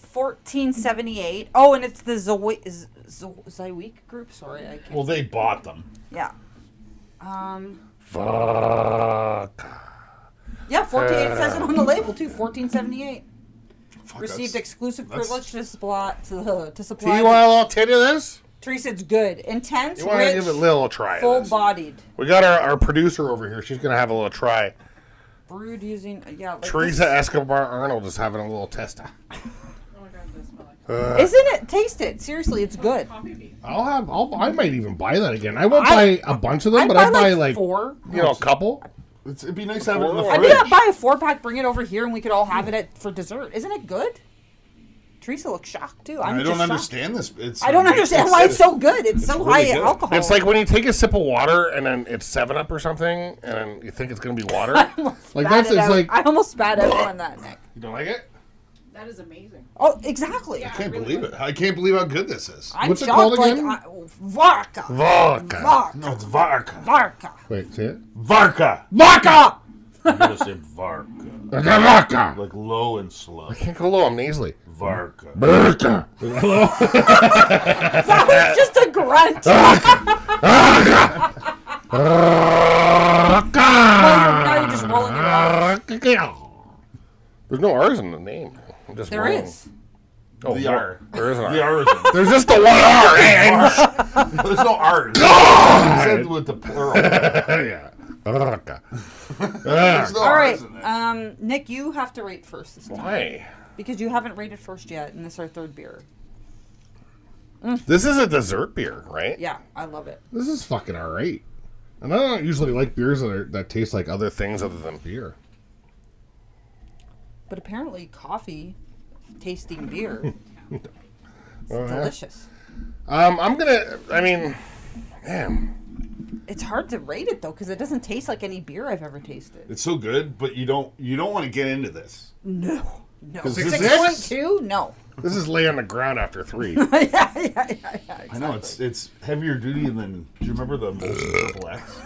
Fourteen seventy eight. Oh, and it's the Zoe- Z- Z- Zyweek group. Sorry, I can't. Well, they bought them. Yeah. Um. Vodka. Yeah, fourteen. it says it on Uh. the label too. Fourteen seventy eight. Fuck, that's- Received exclusive that's- privilege to supply to, to Do supply. you want a little titty of this? Teresa, it's good, intense, You want to rich, give it a little try? of full this? bodied, We got our, our producer over here. She's gonna have a little try. brewed using uh, yeah. Like this- Teresa Escobar Arnold is having a little tester. Isn't it? Taste it. Seriously, it's good. I'll have. I'll, I might even buy that again. I won't I- buy a bunch of them, I'd but buy, I'd buy like, four. you know a couple. It's, it'd be nice to have it in the I I fridge. think I'd buy a four pack, bring it over here, and we could all have it at, for dessert. Isn't it good? Teresa looks shocked too. I'm I just don't shocked. understand this. It's, I don't understand why it's so good. It's, so really high in good. alcohol. It's like when you take a sip of water and then it's Seven Up or something, and then you think it's gonna be water. like Spat that's it it's out. like I almost spat out on that neck. you don't like it. That is amazing. Oh, exactly. I can't believe it. I can't believe how good this is. I'm What's it shocked. called like, uh, again? I, vodka. Vodka. Vodka. No, Oh, it's Varka. Vodka. Wait, see it? Varka. Vodka. You gotta say Varka. Vodka. Like low and slow. Can't go low. I'm nasally. Varka. Vodka. That was just a grunt. Ah. now you're just rolling your eyes. There's no R's in the name. I'm just There wrong. is. Oh, The well, R. There is an The R. R is in There's just the one R. And it. There's no R. I said with the plural. There's yeah. Vodka. no All R's right, in it. um, Nick, you have to rate first this time Why? because you haven't rated first yet, and this is our third beer. This is a dessert beer, right? Yeah, I love it. This is fucking all right. And I don't usually like beers that are, that taste like other things other than beer. But apparently, coffee tasting beer. It's delicious. Um, I'm gonna. I mean, damn. It's hard to rate it though because it doesn't taste like any beer I've ever tasted. It's so good, but you don't you don't want to get into this. No, no. this is- Six point two? No. This is lay on the ground after three. yeah, yeah, yeah, yeah, I know it's it's heavier duty than. Do you remember the Molson Triple X?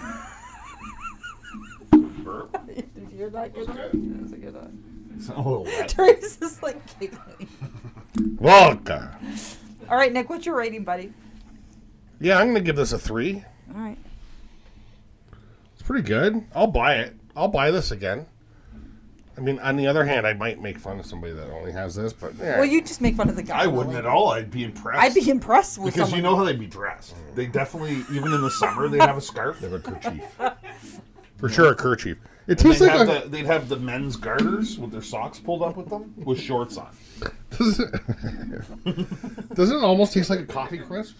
Did you hear that? Good good. one? That was a good one. It's not a little wet. Teresa's just like giggling. Vodka. All right, Nick, what's your rating, buddy? Yeah, I'm gonna give this a three. All right. It's pretty good. I'll buy it. I'll buy this again. I mean, on the other hand, I might make fun of somebody that only has this, but yeah. Well, you just make fun of the guy. I wouldn't at all. I'd be impressed. I'd be impressed with because someone. you know how they'd be dressed. They definitely, even in the summer, they have a scarf. Or a kerchief. For sure, a kerchief. It tastes They'd like have, a, the, they'd have the men's garters with their socks pulled up with them, with shorts on. doesn't, doesn't it almost taste like a coffee crisp?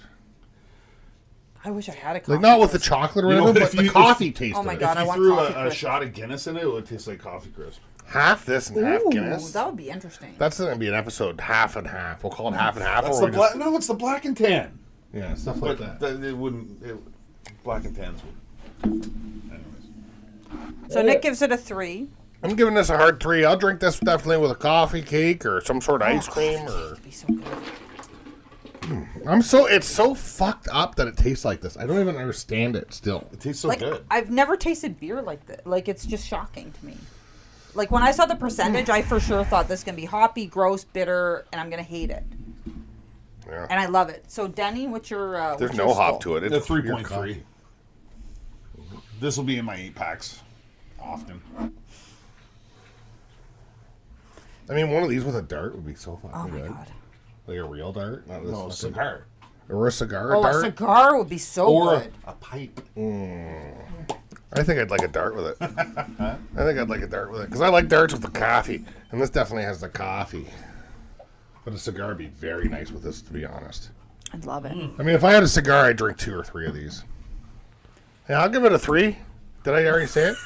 I wish I had a coffee. Like not with the chocolate or You know, whatever, if but the you- coffee if- taste. Oh my of it. if God, I you want threw coffee a, a crisp. shot of Guinness in it, it would taste like coffee crisp. Half this and half Ooh, Guinness. That would be interesting. That's gonna be an episode half and half. We'll call it half and half. That's the or we black. just- No, it's the black and tan. yeah, stuff like But that. that- it wouldn't. It, black and tans would. Anyways. so Nick gives it a three. Oh, I'm giving this a hard three. I'll Oh. drink this definitely with a coffee cake or some sort of ice cream or It'd be so good. I'm so it's so fucked up that it tastes like this. I don't even understand it still. It tastes so Like good. I've never tasted beer like that. Like it's just shocking to me. Like when I saw the percentage, I for sure thought this is gonna be hoppy, gross, bitter, and I'm gonna hate it. Yeah. And I love it. So Denny, what's your? Uh, There's what's no your hop score? to it. The It's three point three. This will be in my eight packs, often. I mean, one of these with a dart would be so fucking Oh my good. god. Like a real dart, not this No fucking- cigar or a cigar Oh, a dart. cigar would be so or a, good. a pipe. I think I'd like a dart with it. I think I'd like a dart with it because I like darts with the coffee, and this definitely has the coffee. But a cigar would be very nice with this, to be honest. I'd love it. I mean, if I had a cigar, I'd drink two or three of these. Yeah, I'll give it a three. Did I already say it?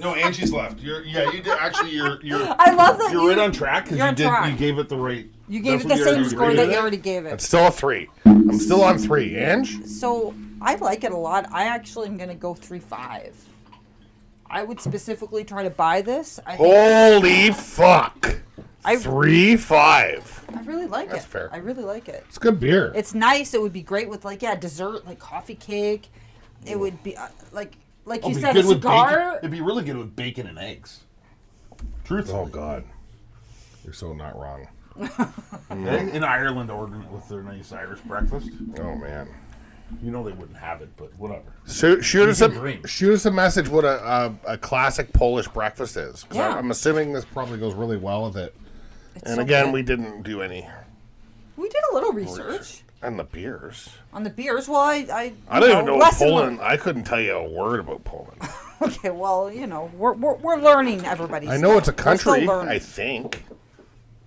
No, Angie's left. You're yeah. You did actually. You're you're. I love that You're you- right on track because you're you on did. track. You gave it the right. You gave that's it what the you already same score rated that you it. already gave It's it. still a three. I'm still on three. Ange? So I like it a lot. I actually am gonna go three five. I would specifically try to buy this. I think- Holy fuck. Oh, I- Three five. I really like That's it. fair. I really like it. It's good beer. It's nice. It would be great with like yeah dessert, like coffee cake. It would be uh, like like It'd you be said, a good with bacon. cigar. It'd be really good with bacon and eggs. Truthfully, oh god. You're so not wrong. Eh? in Ireland, ordering it with their nice Irish breakfast. Oh man. You know they wouldn't have it, but whatever. Shoot, shoot us can a dream. shoot us a message what a, a, a classic Polish breakfast is. 'Cause Yeah. I, am assuming this probably goes really well with it. It's And so again, good. we didn't do any we did a little research on the beers. on the beers. Well, I I, I you don't even know what lesson Poland. I couldn't tell you a word about Poland. learned. Okay, well you know we're we're, we're learning everybody. I know it's a country. learning. I think.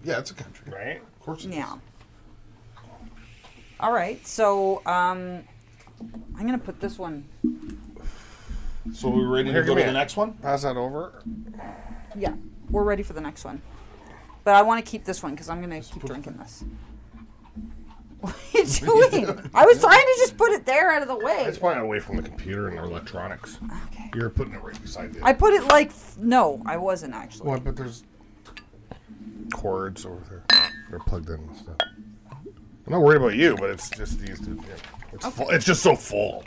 Yeah, it's a country, Right. Of course. It is. Yeah. All right, so um, I'm gonna put this one. So we ready Here, to go to give me the it. next one? Pass that over. Yeah, we're ready for the next one, but I want to keep this one because I'm gonna keep drinking this. What are you doing? I was trying to just put it there out of the I way. just want it away from the computer and the electronics. Okay. You're putting it right beside the. I put it like f- no, I wasn't actually. Well, but there's cords over there. They're plugged in and stuff. I'm not worried about you, but it's just these two. yeah. It's, full, it's just so full.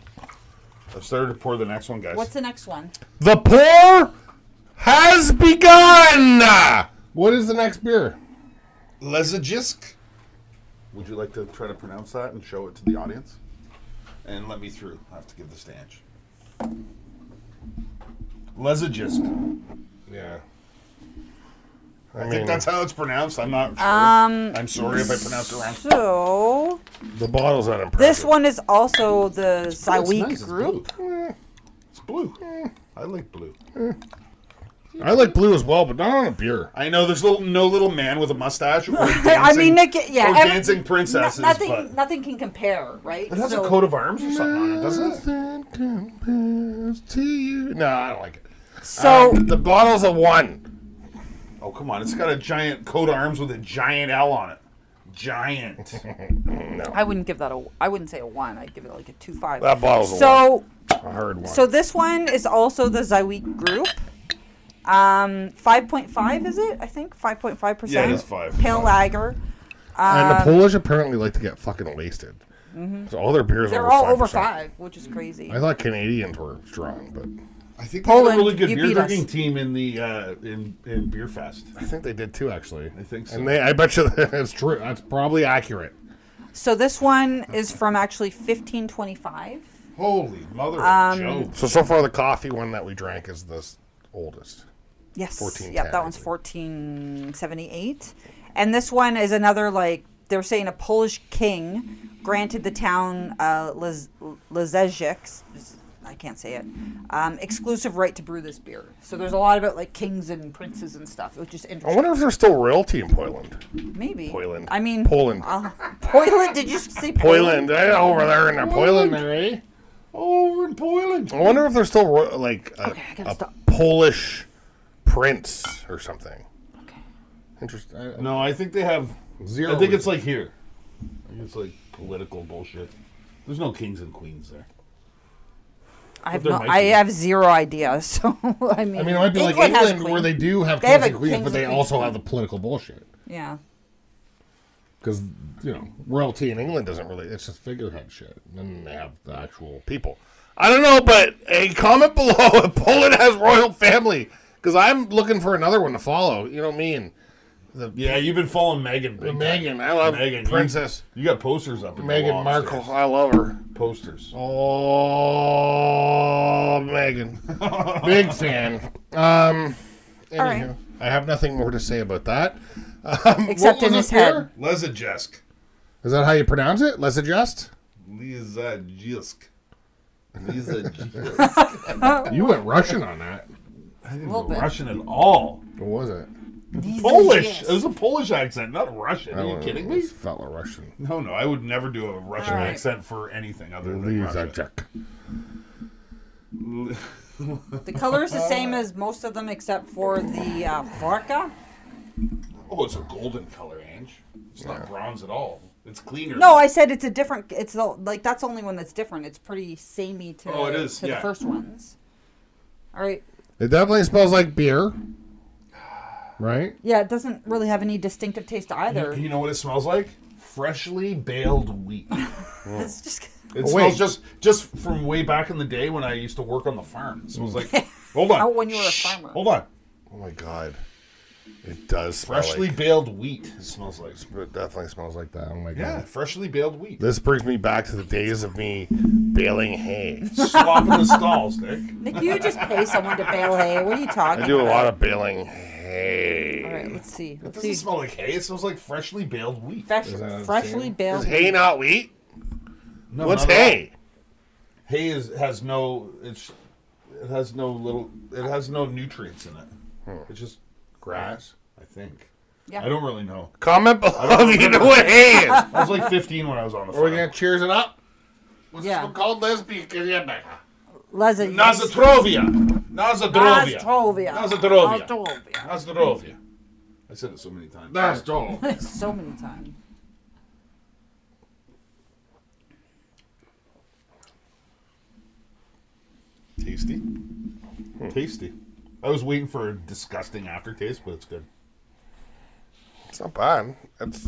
I've started to pour the next one, guys. What's the next one? The pour has begun. What is the next beer? Lezajisk. Would you like to try to pronounce that and show it to the audience? And let me through. I have to give the stanch. Lezajisk. Yeah. I, think that's how it's pronounced. I'm not sure. Um, I'm sorry if I pronounced it wrong. So the bottle's not impressive. this one is also the Saweek nice, it's group. Eh, It's blue. I like blue. I like blue as well, but not on a beer. I know there's little, no little man with a mustache or dancing, I mean, Nick, yeah, or every- dancing No- princesses, nothing, but nothing can compare, right? it has So- a coat of arms or something on it, doesn't it? Nothing compares to you. No, I don't like it. So Um, the bottle's a one. Oh come on, it's got a giant coat of arms with a giant L on it. Giant. I wouldn't give that a. I wouldn't say a one. I'd give it like a two five. That bottle's a so A hard one. so this one is also the Zyweek group. Um, five point five is it? I think five point five percent. Yeah, it is five. Pale Five. lager. And Um, the Polish apparently like to get fucking wasted. So all their beers Mm-hmm. They're are all over 5%. five, which is crazy. I thought Canadians were strong, but I think Poland, Poland, a really good you beer beat us. drinking team in the uh, in in Beer Fest. I think they did too, actually. I think so. And they, I bet you that's true. That's probably accurate. So this one is from actually 1525. Holy mother Um, of Joe! So so far the coffee one that we drank is the s- oldest. Yes. 1410, Yep, I that one's think. 1478. And this one is another like they're saying a Polish king granted the town uh Lez- Lezejic, I can't say it. Um, exclusive right to brew this beer. So there's a lot about like kings and princes and stuff, which is I interesting. wonder if there's still royalty in Poland. Maybe. Poland. I mean Poland. Uh, Poland, did you say Poland? Poland, eh, over there in there, Poland there, eh? Over in Poland. I wonder if there's still ro- like a, Okay, I gotta a stop. Polish prince or something. Okay. Interesting. I- No, I think they have Zero I think is- it's like here. I think it's like political bullshit. There's no kings and queens there. I have there no, might I be. have zero idea. So I mean, I mean, it might be like England has England, where queens. they do have They kings have a and queens, kings but and they queens. also have the political bullshit. Yeah. because you know royalty in England doesn't really. It's just figurehead shit, and then they have the actual people. I don't know, but a comment below if Poland has royal family because I'm looking for another one to follow. You know me and Yeah, you've been following Megan. big time. Megan. I love Meghan, you- Princess You got posters up. in the wall Meghan upstairs. Markle. I love her. Posters. Oh, Megan, big fan. Um, anywho, All right. I have nothing more to say about that. Um, Except what in was up his there? head. Lezajesk. Is that how you pronounce it? Let's adjust. Lezajesk. Lezajesk. You went Russian on that. I didn't Little know bit. Russian at all. What was it? Polish. It was a Polish accent, not Russian. Are That you one kidding me? was Felt a Russian. No, no, I would never do a Russian All right. accent for anything other than Leaves Russia. check. The color Oh. is the same as most of them except for the uh, vodka. Oh, it's a golden color, Ange. It's not bronze at all. It's cleaner. No, I said it's a different. It's the, like that's the only one that's different. It's pretty samey to, Oh, it is, to yeah. the first ones. All right. It definitely smells like beer. Right? Yeah, it doesn't really have any distinctive taste either. You know what it smells like? Freshly baled wheat. It's just It Oh, smells wait. just just from way back in the day when I used to work on the farm. So it was like, hold on. oh, when you were a farmer. Hold on. Oh my god. It does smell Freshly like- baled wheat. It smells like. it definitely smells like that. Oh my Yeah, god. freshly baled wheat. This brings me back to the days of me baling hay. Slop in the stalls, Nick. Nick, you just pay someone to bail hay. What are you talking? I do a about? lot of baling hay. All right, let's see. It Let's doesn't see. smell like hay. It smells like freshly baled wheat. Fresh, freshly Is bailed. hay not wheat? No, What's not at all. hay? Hay is, has no. It's it has no little. It has no nutrients in it. It's just Hmm. grass, I think. Yeah. I don't really know. Comment below if you know what hay is. I was like 15 when I was on the Are we farm. gonna cheers it up? What's Yeah. this one called? Lesbian Rebecca. Leza- Nazatrovia. Nazatrovia. Astrovia. Astrovia. Astrovia. Nazatrovia. I said it so many times. That's dope. So many times. tasty. Hmm. Tasty. I was waiting for a disgusting aftertaste, but it's good. It's not bad. It's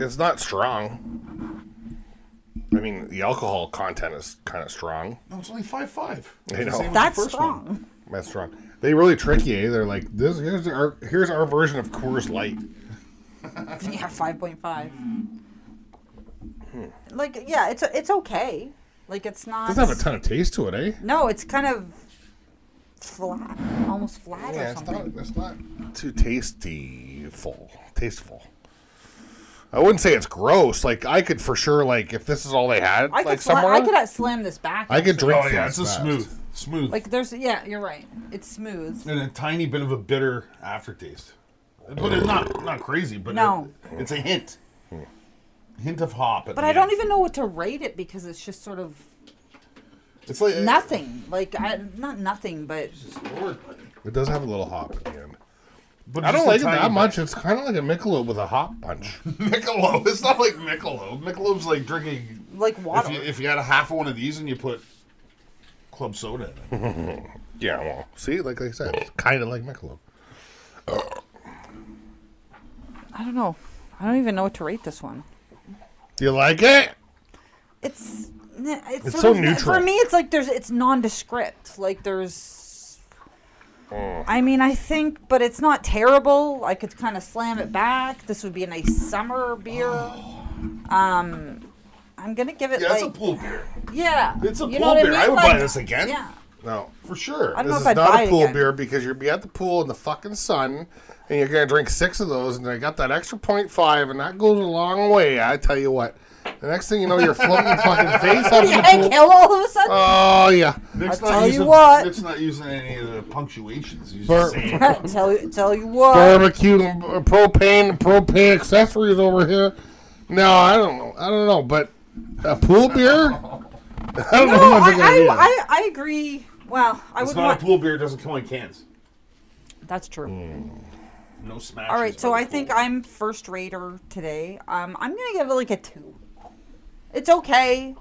it's not strong. I mean, the alcohol content is kind of strong. No, it's only five five. I know. That's strong. That's strong. They really trick you. eh? They're like, this here's our here's our version of Coors Light. Yeah, five point five. Like, yeah, it's it's okay. Like, it's not. Doesn't have a ton of taste to it, eh? No, it's kind of flat, almost flat Yeah, or it's something. not it's not too tasty full. Tasteful. I wouldn't say it's gross. Like I could for sure like if this is all they had, I could like sla- somewhere I could uh, slam this back. I could actually. drink Oh yeah, it's this a fast. smooth, smooth, Like, there's yeah, you're right. It's smooth. and a tiny bit of a bitter aftertaste. But it's not not crazy. But No. it- it's a hint, hint of hop. at But the I don't end. even know what to rate it because it's just sort of It's like nothing. Like, I not nothing, but It does have a little hop at the end. But I don't just a like it tiny that bit. much. It's kind of like a Michelob with a hop punch. Michelob. It's not like Michelob. Michelob's like drinking. like water. If you, if you had a half of one of these and you put club soda in it, yeah, well, see, like I said, it's kind of like Michelob. I don't know. I don't even know what to rate this one. Do you like it? It's n- it's, It's sort so of- neutral. For me, it's like there's it's nondescript. Like there's. Mm. I mean, I think, but it's not terrible. I could kind of slam it back. This would be a nice summer beer. Um, I'm gonna give it yeah, like it's a pool beer yeah, it's a you pool know what beer. I, mean? I would buy Like, this again. Yeah, No. for sure. I don't This know is if I'd not buy a it pool again. beer because you'd be at the pool in the fucking sun and you're going to drink six of those and I got that extra point five, and that goes a long way. I tell you what. The next thing you know, you're floating your fucking face up Yeah, the pool. Hill all of a sudden. Oh, yeah. Nick's I not tell you using- what. Nick's not using any of the punctuations. He's Bur- just saying. tell tell you what. Barbecue and uh, propane and propane accessories over here. No, I don't know. I don't know, but a pool beer? I don't no, know I, much of I, it is. I, I agree. Well, I It's would not want. a Mm. pool beer. It doesn't come in cans. That's true. No smash. All right, so I think I'm first rater today. Um, I'm gonna give it like a two. It's okay.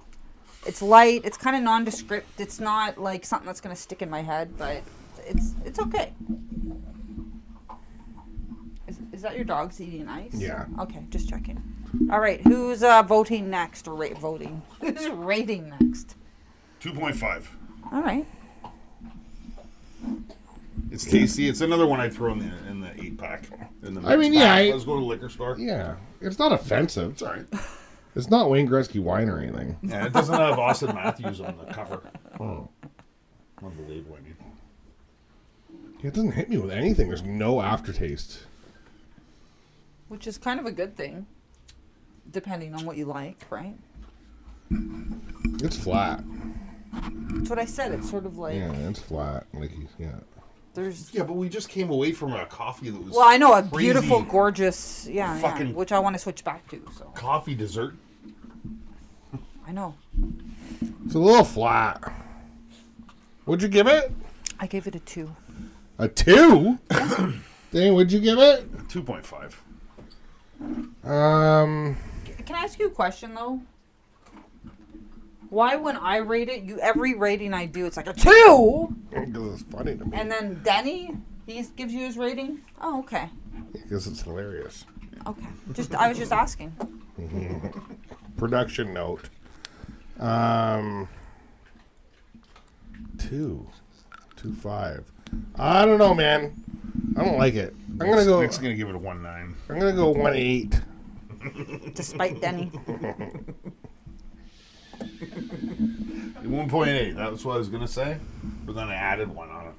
It's light. It's kind of nondescript. It's not like something that's gonna stick in my head, but it's it's okay. Is, is that your dog's eating ice? Yeah. Okay, just checking. All right, who's uh, voting next or rate voting? Who's rating next? Two point five. All right. It's tasty. It's another one I would throw in the in the eight pack. In the I mean, mix yeah, pack. I- Let's go to the liquor store. Yeah, it's not offensive. It's all right. It's not Wayne Gretzky wine or anything. Yeah, it doesn't have Austin Matthews on the cover. Oh. Unbelievable. I mean, It doesn't hit me with anything. There's no aftertaste. Which is kind of a good thing, depending on what you like, right? It's flat. That's what I said. It's sort of like Yeah, it's flat. Like he's yeah. there's. yeah, but we just came away from a coffee that was Well, I know a crazy beautiful, gorgeous, yeah, yeah, Fucking- which I want to switch back to. So coffee dessert. I know It's a little flat. What'd you give it? I gave it a two. A two. Dang, what'd you give it? Two point five. Um, Can I ask you a question though? Why, when I rate it, you every rating I do, it's like a two, because it's funny to me. and then Denny, he gives you his rating. Oh, okay, Because it's hilarious. okay. Just I was just asking. Production note. Um, two, two five. I don't know, man. I don't like it. I'm gonna go. Nick's gonna give it a one nine. I'm gonna go one eight. Despite Denny, One point eight. That was what I was gonna say, but then I added one on it.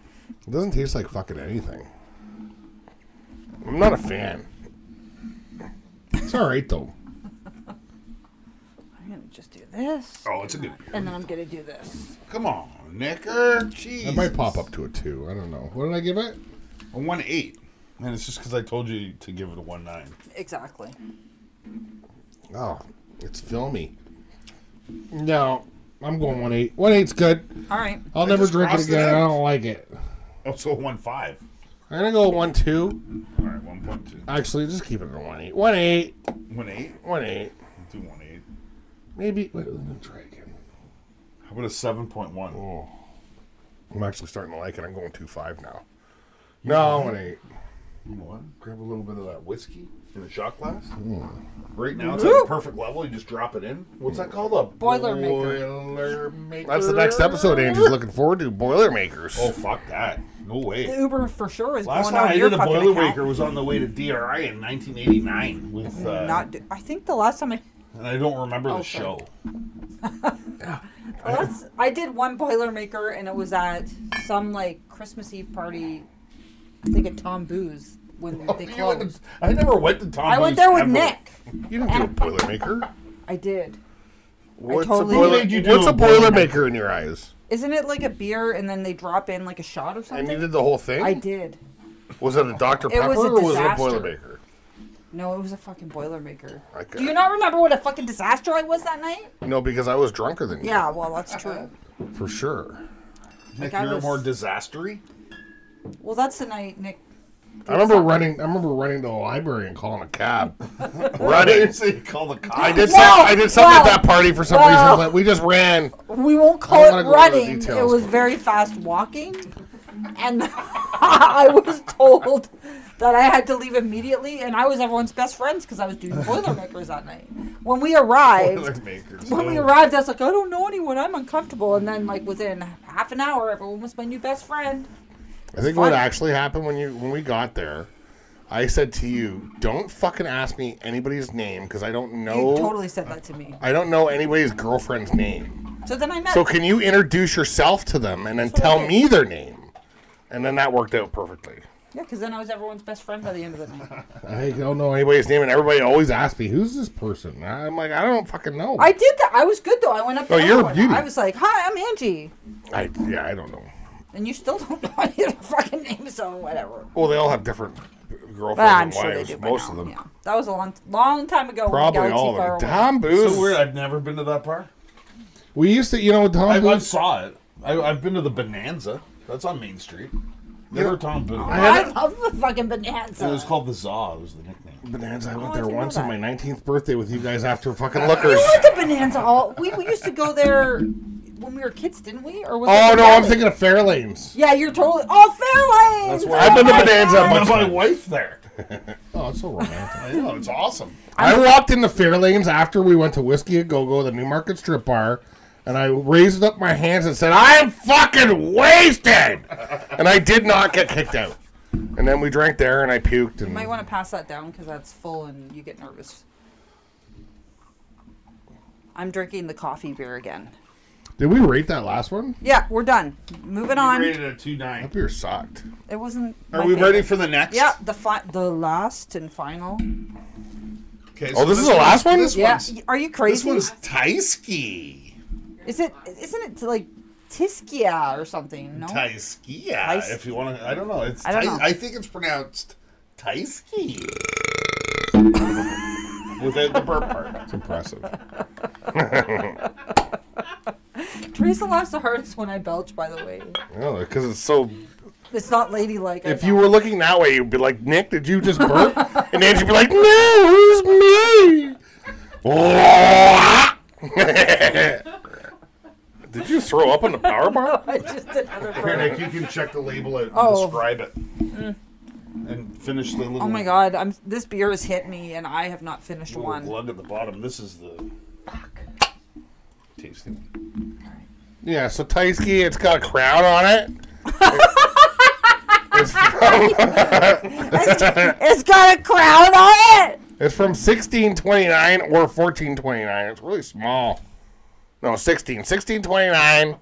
It doesn't taste like fucking anything. I'm not a fan. It's all right though. I'm gonna just do this, Oh, it's a good beer. and then I'm gonna do this. Come on, Nicker. Jeez. I might pop up to a two. I don't know. What did I give it? A one eight. And it's just because I told you to give it a one nine. Exactly. Oh, it's filmy. No, I'm going one eight. One eight's good. All right. I'll I never just drink it crossed it again. I out. don't like it. Oh, so one five. I'm gonna go one two. All right, one point two. Actually, just keep it at one eight. One eight. One eight. One eight. Do one eight. Maybe. Wait, let me try again. How about a seven point one? Oh, I'm actually starting to like it. I'm going two five now. No, one eight. You know what? Grab a little bit of that whiskey in a shot glass. Right now, it's Woo! at the perfect level. You just drop it in. What's that called? A Boilermaker. Boilermaker. That's the next episode Andy's looking forward to. Boilermakers. Oh fuck that! No The way. Uber for sure is Last going time on I your did the fucking Boilermaker account. Mm, was on the way to DRI in 1989 with. Uh, Not. Do, I think the last time I. and I don't remember the sorry. show. the last- I did one Boilermaker, and it was at some like Christmas Eve party. I think at Tom Boo's when they You went closed. to- I never went to Tom. I went Booth's there with ever. Nick. you don't do a Boilermaker. I did. What's totally a boiler, did. You do what's a a Boilermaker in your eyes? Isn't it like a beer and then they drop in like a shot or And something? you did the whole thing? I did. Was it a Dr. Pepper was a or was it a disaster. Boilermaker? No, it was a fucking Boilermaker. Okay. Do you not remember what a fucking disaster I was that night? No, because I was drunker than you. Yeah, well, that's true. For sure. Nick, Like, I you're was- more disastery. Well, that's the night Nick. I remember running I remember running to the library and calling a cab. They running. say call the cops. I did Whoa, some, I did something at whoa, that party for some whoa. reason, but we just ran. We won't I call don't wanna go it into the running. It details, was but- very fast walking, and I was told that I had to leave immediately. And I was everyone's best friends because I was doing Boilermakers that night. When we arrived, Boilermakers. when we No. arrived, I was like, I don't know anyone. I'm uncomfortable. And then, like within half an hour, everyone was my new best friend. I think what Fun. actually happened when you when we got there, I said to you, "Don't fucking ask me anybody's name because I don't know. You totally said that to me. I don't know anybody's girlfriend's name. So then I met. So can you introduce yourself to them and then what I tell did. me their name?" And then that worked out perfectly. yeah, because then I was everyone's best friend by the end of the night. I don't know anybody's name, and everybody always asks me, "Who's this person?" And I'm like, I don't fucking know. I did that. I was good though. I went up. to Oh, you're a everyone. beauty. I was like, "Hi, I'm Angie," I- yeah, I don't know. and you still don't know any of their fucking names, so whatever. Well, they all have different girlfriends But I'm and sure they wives. do. by most now, of them, Yeah, that was a long, long time ago. when probably Galaxy all of Far them. Away. Tom Booth. So weird. I've never been to that bar. we used to, you know, Tom I, I Booth. saw it. I, I've been to the Bonanza. That's on Main Street. Never Tom Booth. I love the fucking bonanza. It was called the Zaw. Was the nickname. Bonanza. I went Oh, I there didn't know once on my that. 19th birthday with you guys after fucking liquors. We went to bonanza all. We, we used to go there when we were kids, didn't we? Or was oh it no, I'm Fairlane? thinking of Fairlanes. Yeah, you're totally. Oh, Fairlane. That's That's where I've been to Bonanza a I met bunch. my wife there. Oh, it's so romantic. I know it's awesome. I walked in the fair lanes after we went to Whiskey a Go Go, the Newmarket Strip Bar, and I raised up my hands and said, "I'm fucking wasted," and I did not get kicked out. And then we drank there, and I puked. And You might want to pass that down because that's full and you get nervous. I'm drinking the coffee beer again. did we rate that last one? Yeah, we're done. Moving on. Rated a two nine. That beer sucked. It wasn't. Are my we favorite. ready for the next? Yeah, the fi- the last and final. Okay, Oh, this is the last one? This Yeah. one's Are you this crazy? one's Tyskie. Is it? Isn't it like Tiskia or something? No. Tyskia. Tys- If you want to, I don't know. It's. I don't Ty- know. I think it's pronounced Tyskie. Without the burp part. It's impressive. Teresa laughs the hardest when I belch. By the way, Oh, because it's so. it's not ladylike. I If know. you were looking that way, you'd be like, "Nick, did you just burp?" and then you'd be like, "No, it was me." did you throw up on the power bar? I just did another Here, burp. Nick, you can check the label out and Oh. Mm. describe it, and finish the little. Oh my god! I'm. This beer has hit me, and I have not finished little one. Glug at the bottom. This is the. Tasting. one. Yeah, so Tyskie, it's got a crown on it. it's, from, it's got a crown on it. it's from 1629 or 1429. It's really small. No, 16. 1629.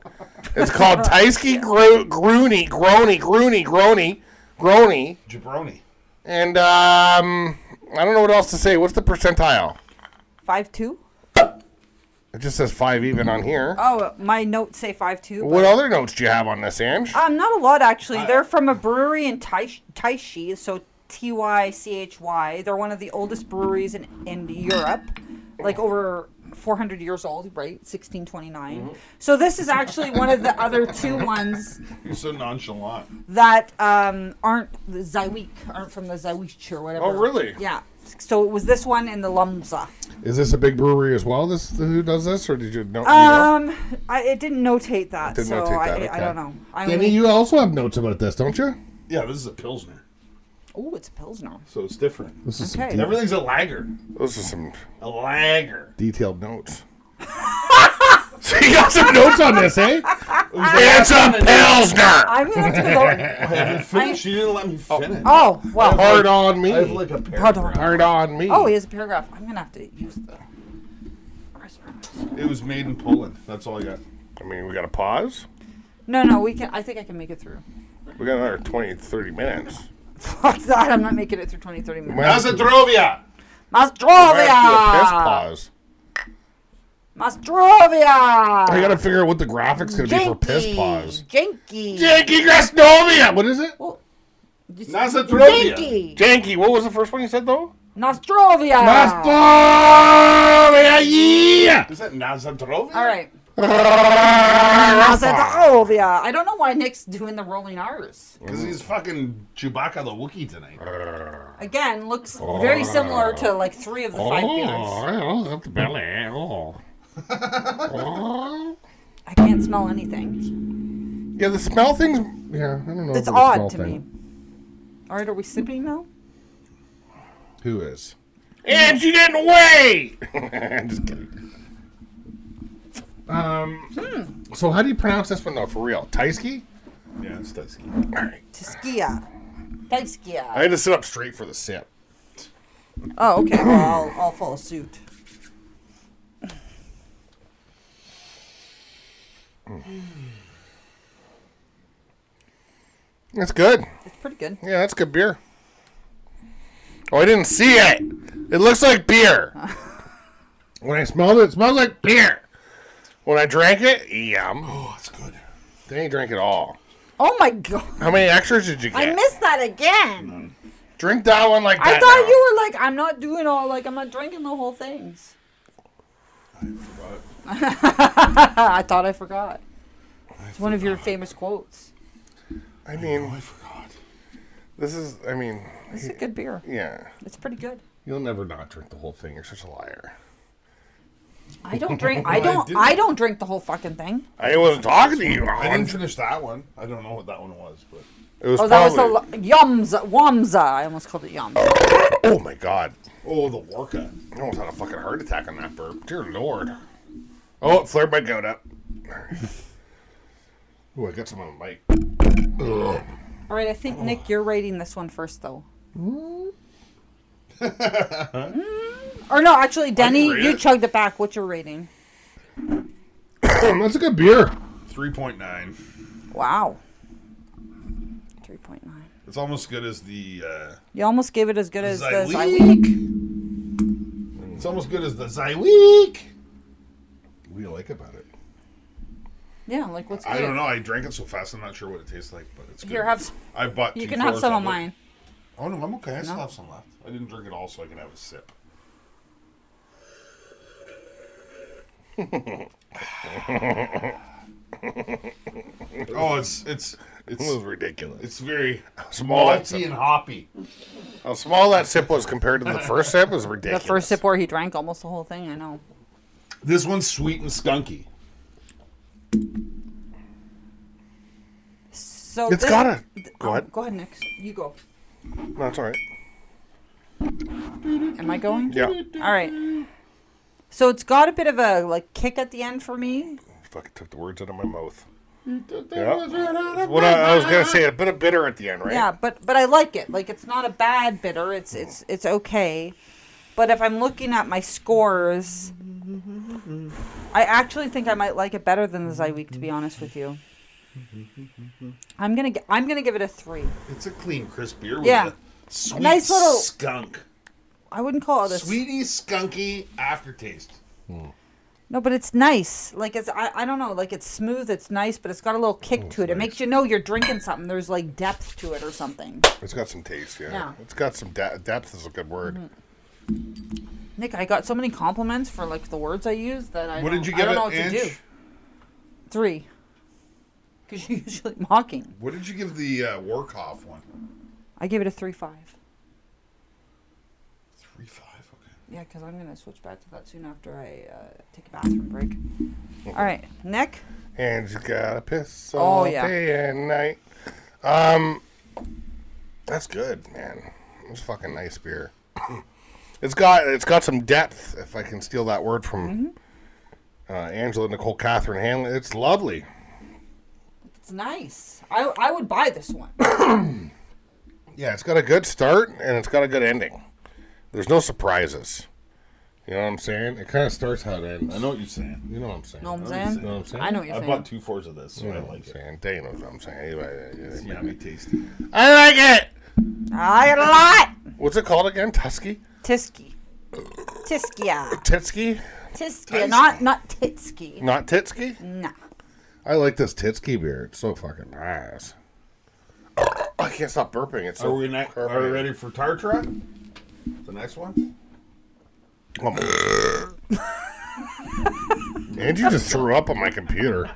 It's called Tyskie Gro- Grooney, Grooney, Grooney, Grooney, Grooney. Jabroni. And um, I don't know what else to say. What's the percentile? Five two. It just says five even on here. Oh, my notes say five two. What other notes do you have on this, Ange? Um, not a lot actually. They're from a brewery in Taish- Taishi, so T Y C H Y. They're one of the oldest breweries in in Europe, like over 400 years old, right? 1629. Mm-hmm. So this is actually one of the other two ones You're so nonchalant. that um, aren't the Zywiek, aren't from the Zywiek or whatever. Oh, really? Yeah. So it was this one and the Lumza. Is this a big brewery as well? This who does this, or did you know? you know? Um, I, it didn't notate that, Didn't so notate I, that, I okay. don't know. I Danny, only- you also have notes about this, don't you? Yeah, this is a pilsner, oh, it's a Pilsner. so it's different. This is Okay. some de- Everything's a lager. those are some A lager. detailed notes. so you got some notes on this, eh? it's a pilsner. I'm gonna have to go. I haven't finished. You didn't let me finish. Oh, well. Hard on me. I have like a pair. Pardon. Hard on me. Oh, he has a paragraph. I'm gonna have to use the. It was made in Poland. That's all I got. I mean, we got to pause. No, no, we can. I think I can make it through. We got another 20, 30 minutes. Fuck that! I'm not making it through 20, 30 minutes. Mazadrovia. Might have to do a piss Mastrovia, pause. I Mastrovia. Oh, gotta figure out what the graphics gonna be for piss pause. Janky. Janky Grasnovia! What is it? Well, this- Nazatrovia. Janky. Janky, what was the first one you said though? Nostrovia. Grasnovia! Yeah! Is that Nazadrovia? All right. Nostrovia. I don't know why Nick's doing the rolling R's. Because he's fucking Chewbacca the Wookiee tonight. Again, looks very similar to like three of the five beers. Oh, that's belly. Oh. I can't smell anything. yeah, the smell things. Yeah, I don't know. It's if it was a odd smell to thing. me. All right, are we sipping now? Who is? And you didn't wait. Just kidding. Um. Hmm. So how do you pronounce this one though? For real, Tyskie? Yeah, it's dicey. All right. Tiskia. Tiskia. I had to sit up straight for the sip. Oh, okay. Well, I'll, I'll follow suit. That's good. It's pretty good. Yeah, that's good beer. Oh, I didn't see it. It looks like beer. when I smelled it, it smells like beer. When I drank it, yum. Oh, it's good. Then you drank it all. Oh my god! How many extras did you get? I missed that again. Drink that one like that. I thought now. you were like, I'm not doing all like I'm not drinking the whole things. I thought I forgot. It's one of your famous quotes. I mean, I forgot. this is. I mean, It's a good beer. yeah. It's pretty good. You'll never not drink the whole thing. You're such a liar. I don't drink. I don't. didn't. I don't drink the whole fucking thing. I wasn't talking to you, I didn't Alan. finish that one. I don't know what that one was, but It was Oh, that was probably. the lo- yums wamza. I almost called it yums. oh my god! oh, the Lorca. I almost had a fucking heart attack on that burp. Dear lord. Oh, it flared my goat up. Ooh, I got some on the mic. Ugh. All right, I think Nick, you're rating this one first, though. Mm. or no, actually, Denny, rate you it. chugged it back. What's your rating? That's a good beer. Three point nine. Wow, three point nine. It's almost as good as the uh, You almost gave it as good as the Zyweek. Zyweek. It's almost good as the Zyweek. What do you like about it? Yeah, like what's good? I don't know. I drank it so fast. I'm not sure what it tastes like, but it's good. Here, have s- I bought. You two can have fours some of it. mine. Oh no, I'm okay. I still No? have some left. I didn't drink it all, so I can have a sip. oh, it's it's It was it's ridiculous. it's very Small that malty and sip. hoppy. How small that sip was compared to the first sip was The ridiculous. first sip where he drank almost the whole thing. I know. This one's sweet and skunky. So It's this- got a. Go Oh, ahead. Go ahead, Nick. You go. No, it's all right. Am I going? Yeah. All right. So it's got a bit of a like kick at the end for me. Fucking took the words out of my mouth. Yeah. What I, I was gonna say, a bit of bitter at the end, right? Yeah, but but I like it. Like it's not a bad bitter. It's it's it's okay. But if I'm looking at my scores, I actually think I might like it better than the Zyweek. To be honest with you, I'm gonna gi- I'm gonna give it a three. It's a clean, crisp beer with Yeah. a sweet Nice little- skunk, I wouldn't call it a sweetie skunky aftertaste. No, but it's nice. Like it's I, I don't know, like it's smooth, it's nice, but it's got a little kick to it. It makes you know you're drinking something. There's like depth to it or something. It's got some taste. Yeah. Yeah. It's got some de- depth. Is a good word. Nick, I got so many compliments for like the words I use that I What don't, did you I give don't it? know what to do. Inch? Three. Cuz you're usually mocking. What did you give the uh, Warkoff one? I gave it a 3 5. Three five. Okay. Yeah, cuz I'm going to switch back to that soon after I uh, take a bathroom break. All right, Nick. And you gotta piss all Oh, yeah. day and night. Um, that's good, man. It's fucking nice beer. it's got it's got some depth. If I can steal that word from Mm-hmm. uh, Angela Nicole Catherine Hanley, it's lovely. It's nice. I I would buy this one. Yeah, it's got a good start and it's got a good ending. There's no surprises. You know what I'm saying? It kind of starts how it ends. I know what you're saying. You know what I'm saying? know what I'm I know what you're saying? You know what I'm saying? I know what you're I saying. bought two fours of this, so You know I what I'm like it. saying? Dave knows what I'm saying. It's Anyway, yummy, tasty. I like it. I got a lot. What's it called again? Tusky? Tisky. Tiskia. Titsky? Tisky, not not Titsky. Not Titsky? Nah. I like this Titsky beer. It's so fucking nice. I can't stop burping. It's so Are we not, Are we carbonated. ready for Tartra? The next one. Angie just threw up on my computer.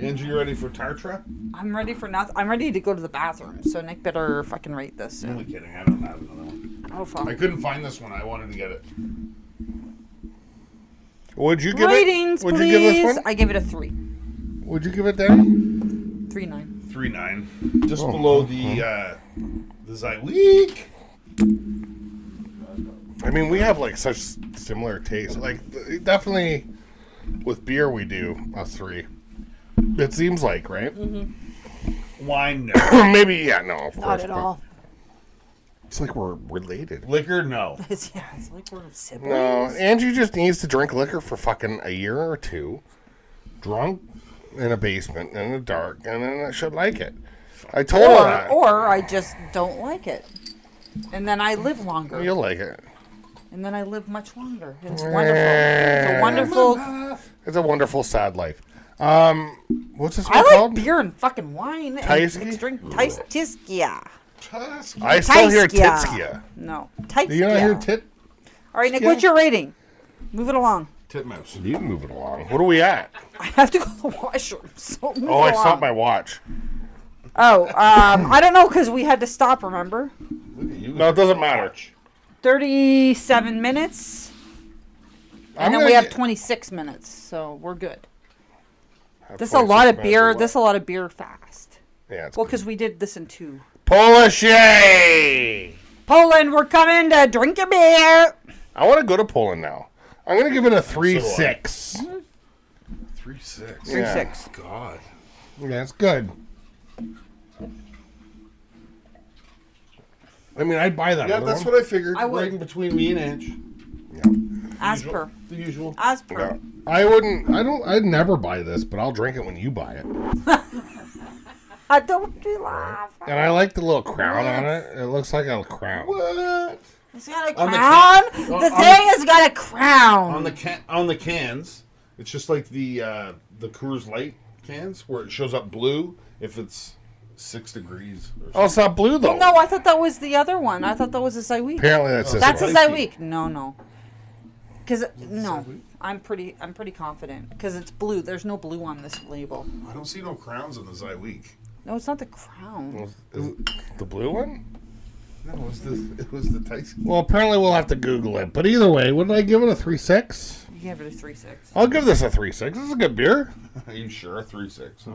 Angie, you ready for Tartra? I'm ready for nothing. I'm ready to go to the bathroom. So Nick better fucking rate this. Only kidding. I don't have another one. Oh fuck. I couldn't find this one. I wanted to get it. Would you give Ratings, it? Would please. you give this one? I give it a three. Would you give it Danny? Three nine. Three nine, just below the uh, the Zyweek. I mean, we have like such similar tastes. Like th- definitely with beer, we do a three. It seems like right. Wine, no. Maybe yeah. No, of Mm-hmm. Not course, at but all. It's like we're related. liquor, no. It's, yeah, it's like we're siblings. No, Angie just needs to drink liquor for fucking a year or two, drunk in a basement in the dark, and then she'll like it. I told her Or, that. or I just don't like it. And then I live longer. You'll like it. And then I live much longer. It's wonderful. It's a wonderful. It's a wonderful, sad life. Um, what's this I one like called? beer and fucking wine. and Tyskie? mixed drink. Tys- Tiskia. I still hear Tyskia. Titskia. No. Tyskia. Do you not hear Tit? All right, Nick, what's your rating? Move it along. Titmouse. You move it along. What are we at? I have to go to the washroom. So move Oh, I along. stopped my watch. Oh, um, I don't know because we had to stop. Remember, Look at you. No, it doesn't matter. thirty-seven minutes. I'm and then gonna we have get- 26 minutes, so we're good. Have This a lot 26 of minutes beer. what? This a lot of beer fast. Yeah, it's Well, good. because we did this in two. Polish yay! Poland, we're coming to drink your beer. I want to go to Poland now. I'm gonna give it a three do I. six. Three six. Mm-hmm. Three Yeah. six. God. Yeah, it's good. I mean, I'd buy that. Yeah, that's what I figured. I would. Right in between me and Ange. As per. The usual. As per. Yeah. I wouldn't. I don't. I'd never buy this, but I'll drink it when you buy it. I don't do laugh. And I like the little crown on it. It looks like a crown. Uh, What? It's got a On the crown. can- The, on- on thing the- has got a crown. On the can on the cans, it's just like the uh, the Coors Light cans where it shows up blue if it's six degrees. Or Oh, it's not blue though. no, I thought that was the other one. I thought that was a Zyweek. Apparently, that's this That's one. a Zyweek. Zyweek. No, no. Because no, I'm pretty. I'm pretty confident because it's blue. There's no blue on this label. something. I don't see no crowns on the Zyweek. No, it's not the crown. Is it the blue one. No, it was the it was the Tyson. Well, apparently we'll have to Google it. But either way, wouldn't I give it a three six? You gave it a three six. I'll give this a three six. This is a good beer. Are you sure? Three six. Huh?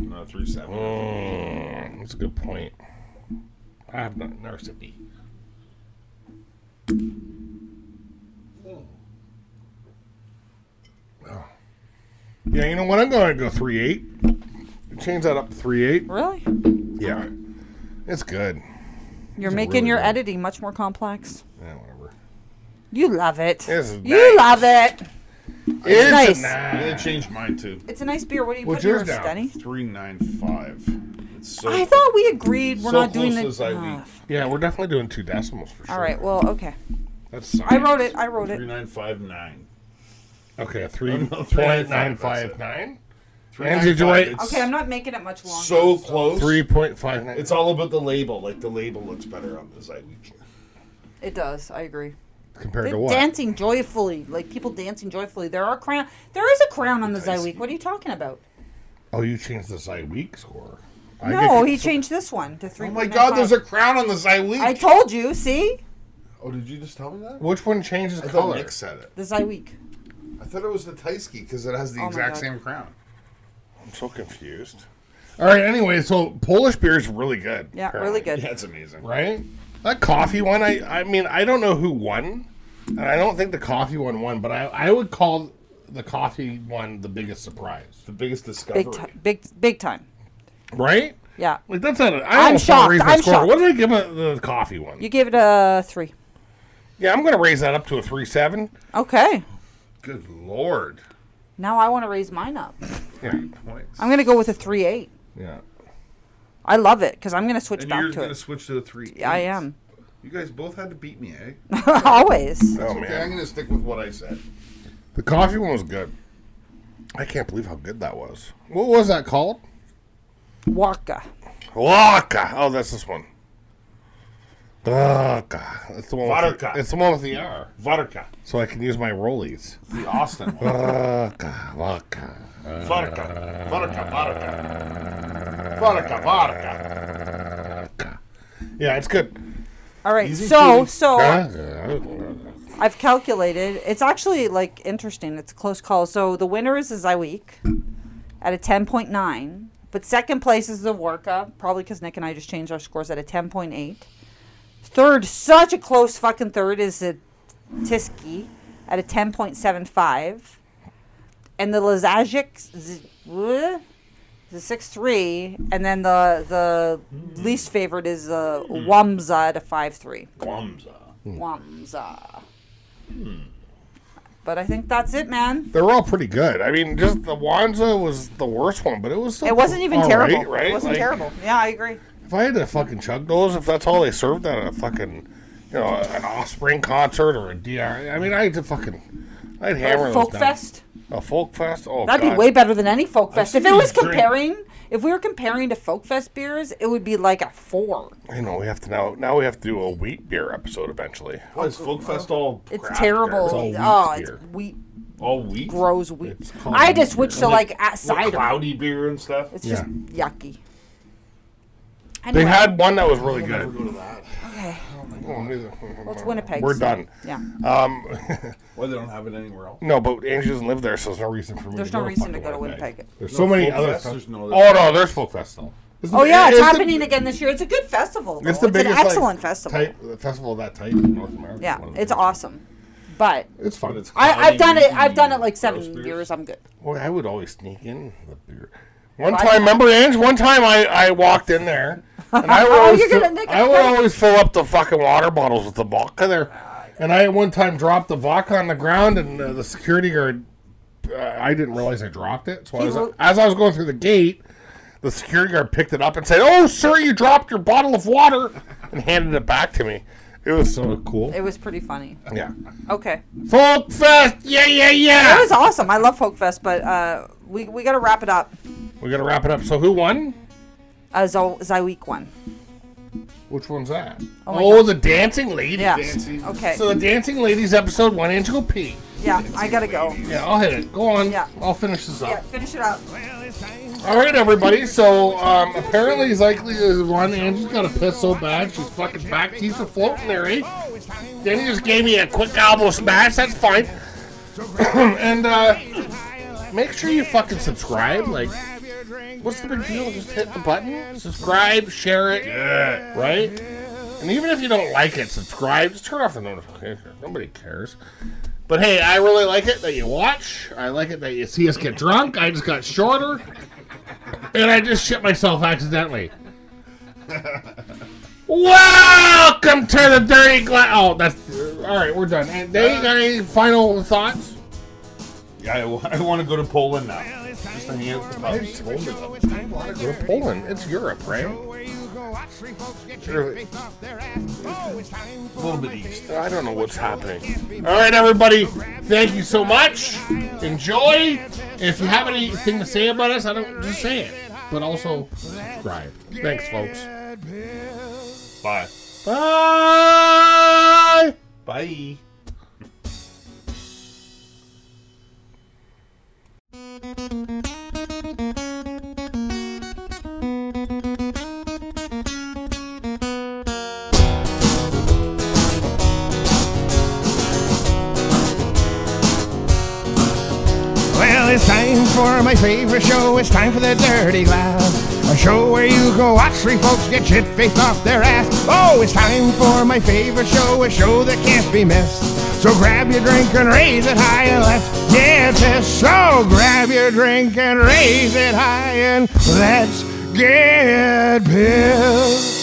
No, three seven. Oh. Mm, that's a good point. I have not never sipped these. Yeah, you know what? I'm going to go three eight. Change that up to three eight. Really? Yeah, it's good. You're making really your good. editing much more complex. Yeah, whatever. You love it. This is nice. you love it. It's nice. Yeah, they nice. changed mine too. It's a nice beer. What do you What's put in yours, yours down? Denny? Three nine five. It's so I thought we agreed we're So not doing close the. to Zyweek. Ah, Yeah, we're definitely doing two decimals for sure. all right. Well, okay. that's science. I wrote it. I wrote three it. nine five nine. Okay, three no, point nine five nine. Three Angie, nine do five, I- it's Okay, I'm not making it much longer. so close. Three point five nine. It's all about the label. Like the label looks better on the Zyweek. It does. I agree. compared They're to what? dancing joyfully, like people dancing joyfully. There are crown. There is a crown on the Zyweek. What are you talking about? Oh, you changed the Zyweek score. I No, get- he changed this one to three. Oh my God! There's a crown on the I Zyweek. told you. See oh, did you just tell me that? Which one changes I thought color? Nick said it. the Zyweek. I thought it was the Tyski because it has the Oh my exact God. same crown. I'm so confused. All right. Anyway, so Polish beer is really good. Yeah, apparently, really good. Yeah, it's amazing. Right. That coffee one. I. I mean, I don't know who won, and I don't think the coffee one won, but I. I would call the coffee one the biggest surprise. The biggest discovery. Big time. Big big time. Right. Yeah. Like that's not. A, I I'm almost don't shocked, raise my I'm score. shocked. What did I give a, the coffee one? You gave it a three. yeah, I'm gonna raise that up to a three seven. Okay. Good lord. Now I want to raise mine up. Yeah. Points. I'm gonna go with a three eight. Yeah. I love it because I'm gonna switch and back you're to gonna it. switch to the three. Yeah, I eights. am. You guys both had to beat me, eh? Always. Oh okay, I'm man, gonna stick with what I said. the coffee one was good. I can't believe how good that was. What was that called? Waka. Vodka. Oh, that's this one. Vodka. It's the one. Vodka. With the, it's the one with the R. Vodka. So I can use my rollies. The Austin one. Vodka. Vodka. Vodka. Vodka. Vodka. Vodka. Vodka. Vodka. Yeah, it's good. All right. so cheese. so Vodka. I've calculated. It's actually like interesting. It's a close call. So the winner is the Zyweek at a 10.9, but second place is the Worka, probably because Nick and I just changed our scores at a 10.8. Third, such a close fucking third, is the Tiski at a 10.75, and the Lazajic z- uh, the six three, and then the the least favorite is the Wamza at a five three. Guamza. Wamza. Hmm. But I think that's it, man. They're all pretty good. I mean, just the Wanza was the worst one, but it was. Still It wasn't even all terrible. Right, right? It wasn't Like, terrible. Yeah, I agree. If I had to fucking chug those, if that's all they served at a fucking, you know, an Offspring concert or a DR, I mean, I had to fucking, I'd hammer Folk those down. fest. A folk fest. Oh, That'd God. be way better than any folk fest. If it seen was you drink. comparing, if we were comparing to folk fest beers, it would be like a four. I know we have to now. Now we have to do a wheat beer episode eventually. Oh, is Folkfest all It's craft terrible. beer? wheat oh, it's beer. wheat All wheat? grows wheat. It's called I just wheat switched to beer. like a- With cider. cloudy beer and stuff? It's just yucky. They Anyway, had one that was really I'll never good. go to that. okay. Oh, one either. Well, it's Winnipeg. We're so- done. Uh, Yeah. Well, they don't have it anywhere else. No, but Angie doesn't live there, so there's no reason for me There's to no go reason to fucking go to Winnipeg. Winnipeg. There's No so many folk other fest, stuff. there's no- oh, no, there's Folk Fest, though. It's the- Oh yeah, it's the- happening again this year. It's a good festival. Though. It's It's, the an biggest like, excellent festival. type- uh, festival of that type in North America. Yeah, One of the it's biggest. awesome. But It's fun. But it's- I, I've done it. Hiding I've done it like roast seven beers. years. I'm good. Well, I would always sneak in the beer. One Why? time, remember, Ange? One time I, I walked in there, and I would Oh, always you're gonna fill- make a I would point. always fill up the fucking water bottles with the vodka there. And I one time dropped the vodka on the ground, and uh, the security guard, uh, I didn't realize I dropped it. So I He was, will- as I was going through the gate, the security guard picked it up and said, "Oh, sir, you dropped your bottle of water," and handed it back to me. It was so cool. It was pretty funny. yeah, Okay, folk fest. Yeah, yeah, it yeah. was awesome. I love Folk Fest, but uh, we we gotta wrap it up. We're gonna wrap it up. So who won? Uh, Zo- Zyweek one. Which one's that? Oh, Oh my the dancing lady. Yeah. Dancing. Okay. So the dancing ladies episode one inch go pee. yeah, I gotta go. Yeah, I'll hit it. Go on. Yeah. I'll finish this up. Yeah, finish it up. Well, it's time. All right, everybody. So um, apparently, likely is one. Angie's got a piss so bad she's fucking back teeth are floating there. Eh? Oh, it's time. Then he just gave me a quick elbow smash. That's fine. and uh, make sure you fucking subscribe. Like, Grab your drink. what's the big deal? Just hit the button, subscribe, share it. Yeah. Right. And even if you don't like it, subscribe. Just turn off the notification. Nobody cares. But hey, I really like it that you watch. I like it that you see us get drunk. I just got shorter. And I just shit myself accidentally. Welcome to the Dirty Glass. Oh, that's. all right, we're done. And Dave, you got any final thoughts? Yeah, I, w- I want to go to Poland now. Well, it's time Just hang out with the for my puppies. favorite show. It's time for the dirty Poland. It's Europe, right? show where you go watch three folks get Sure. your face off their ass. Oh, it's time for little bit my east. favorite I don't know what's happening. All right, everybody. Thank you so much. Enjoy. If you have anything to say about us, I don't just say it. But also subscribe. Thanks, folks. bad pill. Bye. Bye. Bye. Well, it's time for my favorite show. It's time for the Dirty Glass, a show where you go watch three folks get shit faced off their ass. Oh, it's time for my favorite show, a show that can't be missed. So grab your drink and raise it high and let's get pissed. So grab your drink and raise it high and let's get pissed.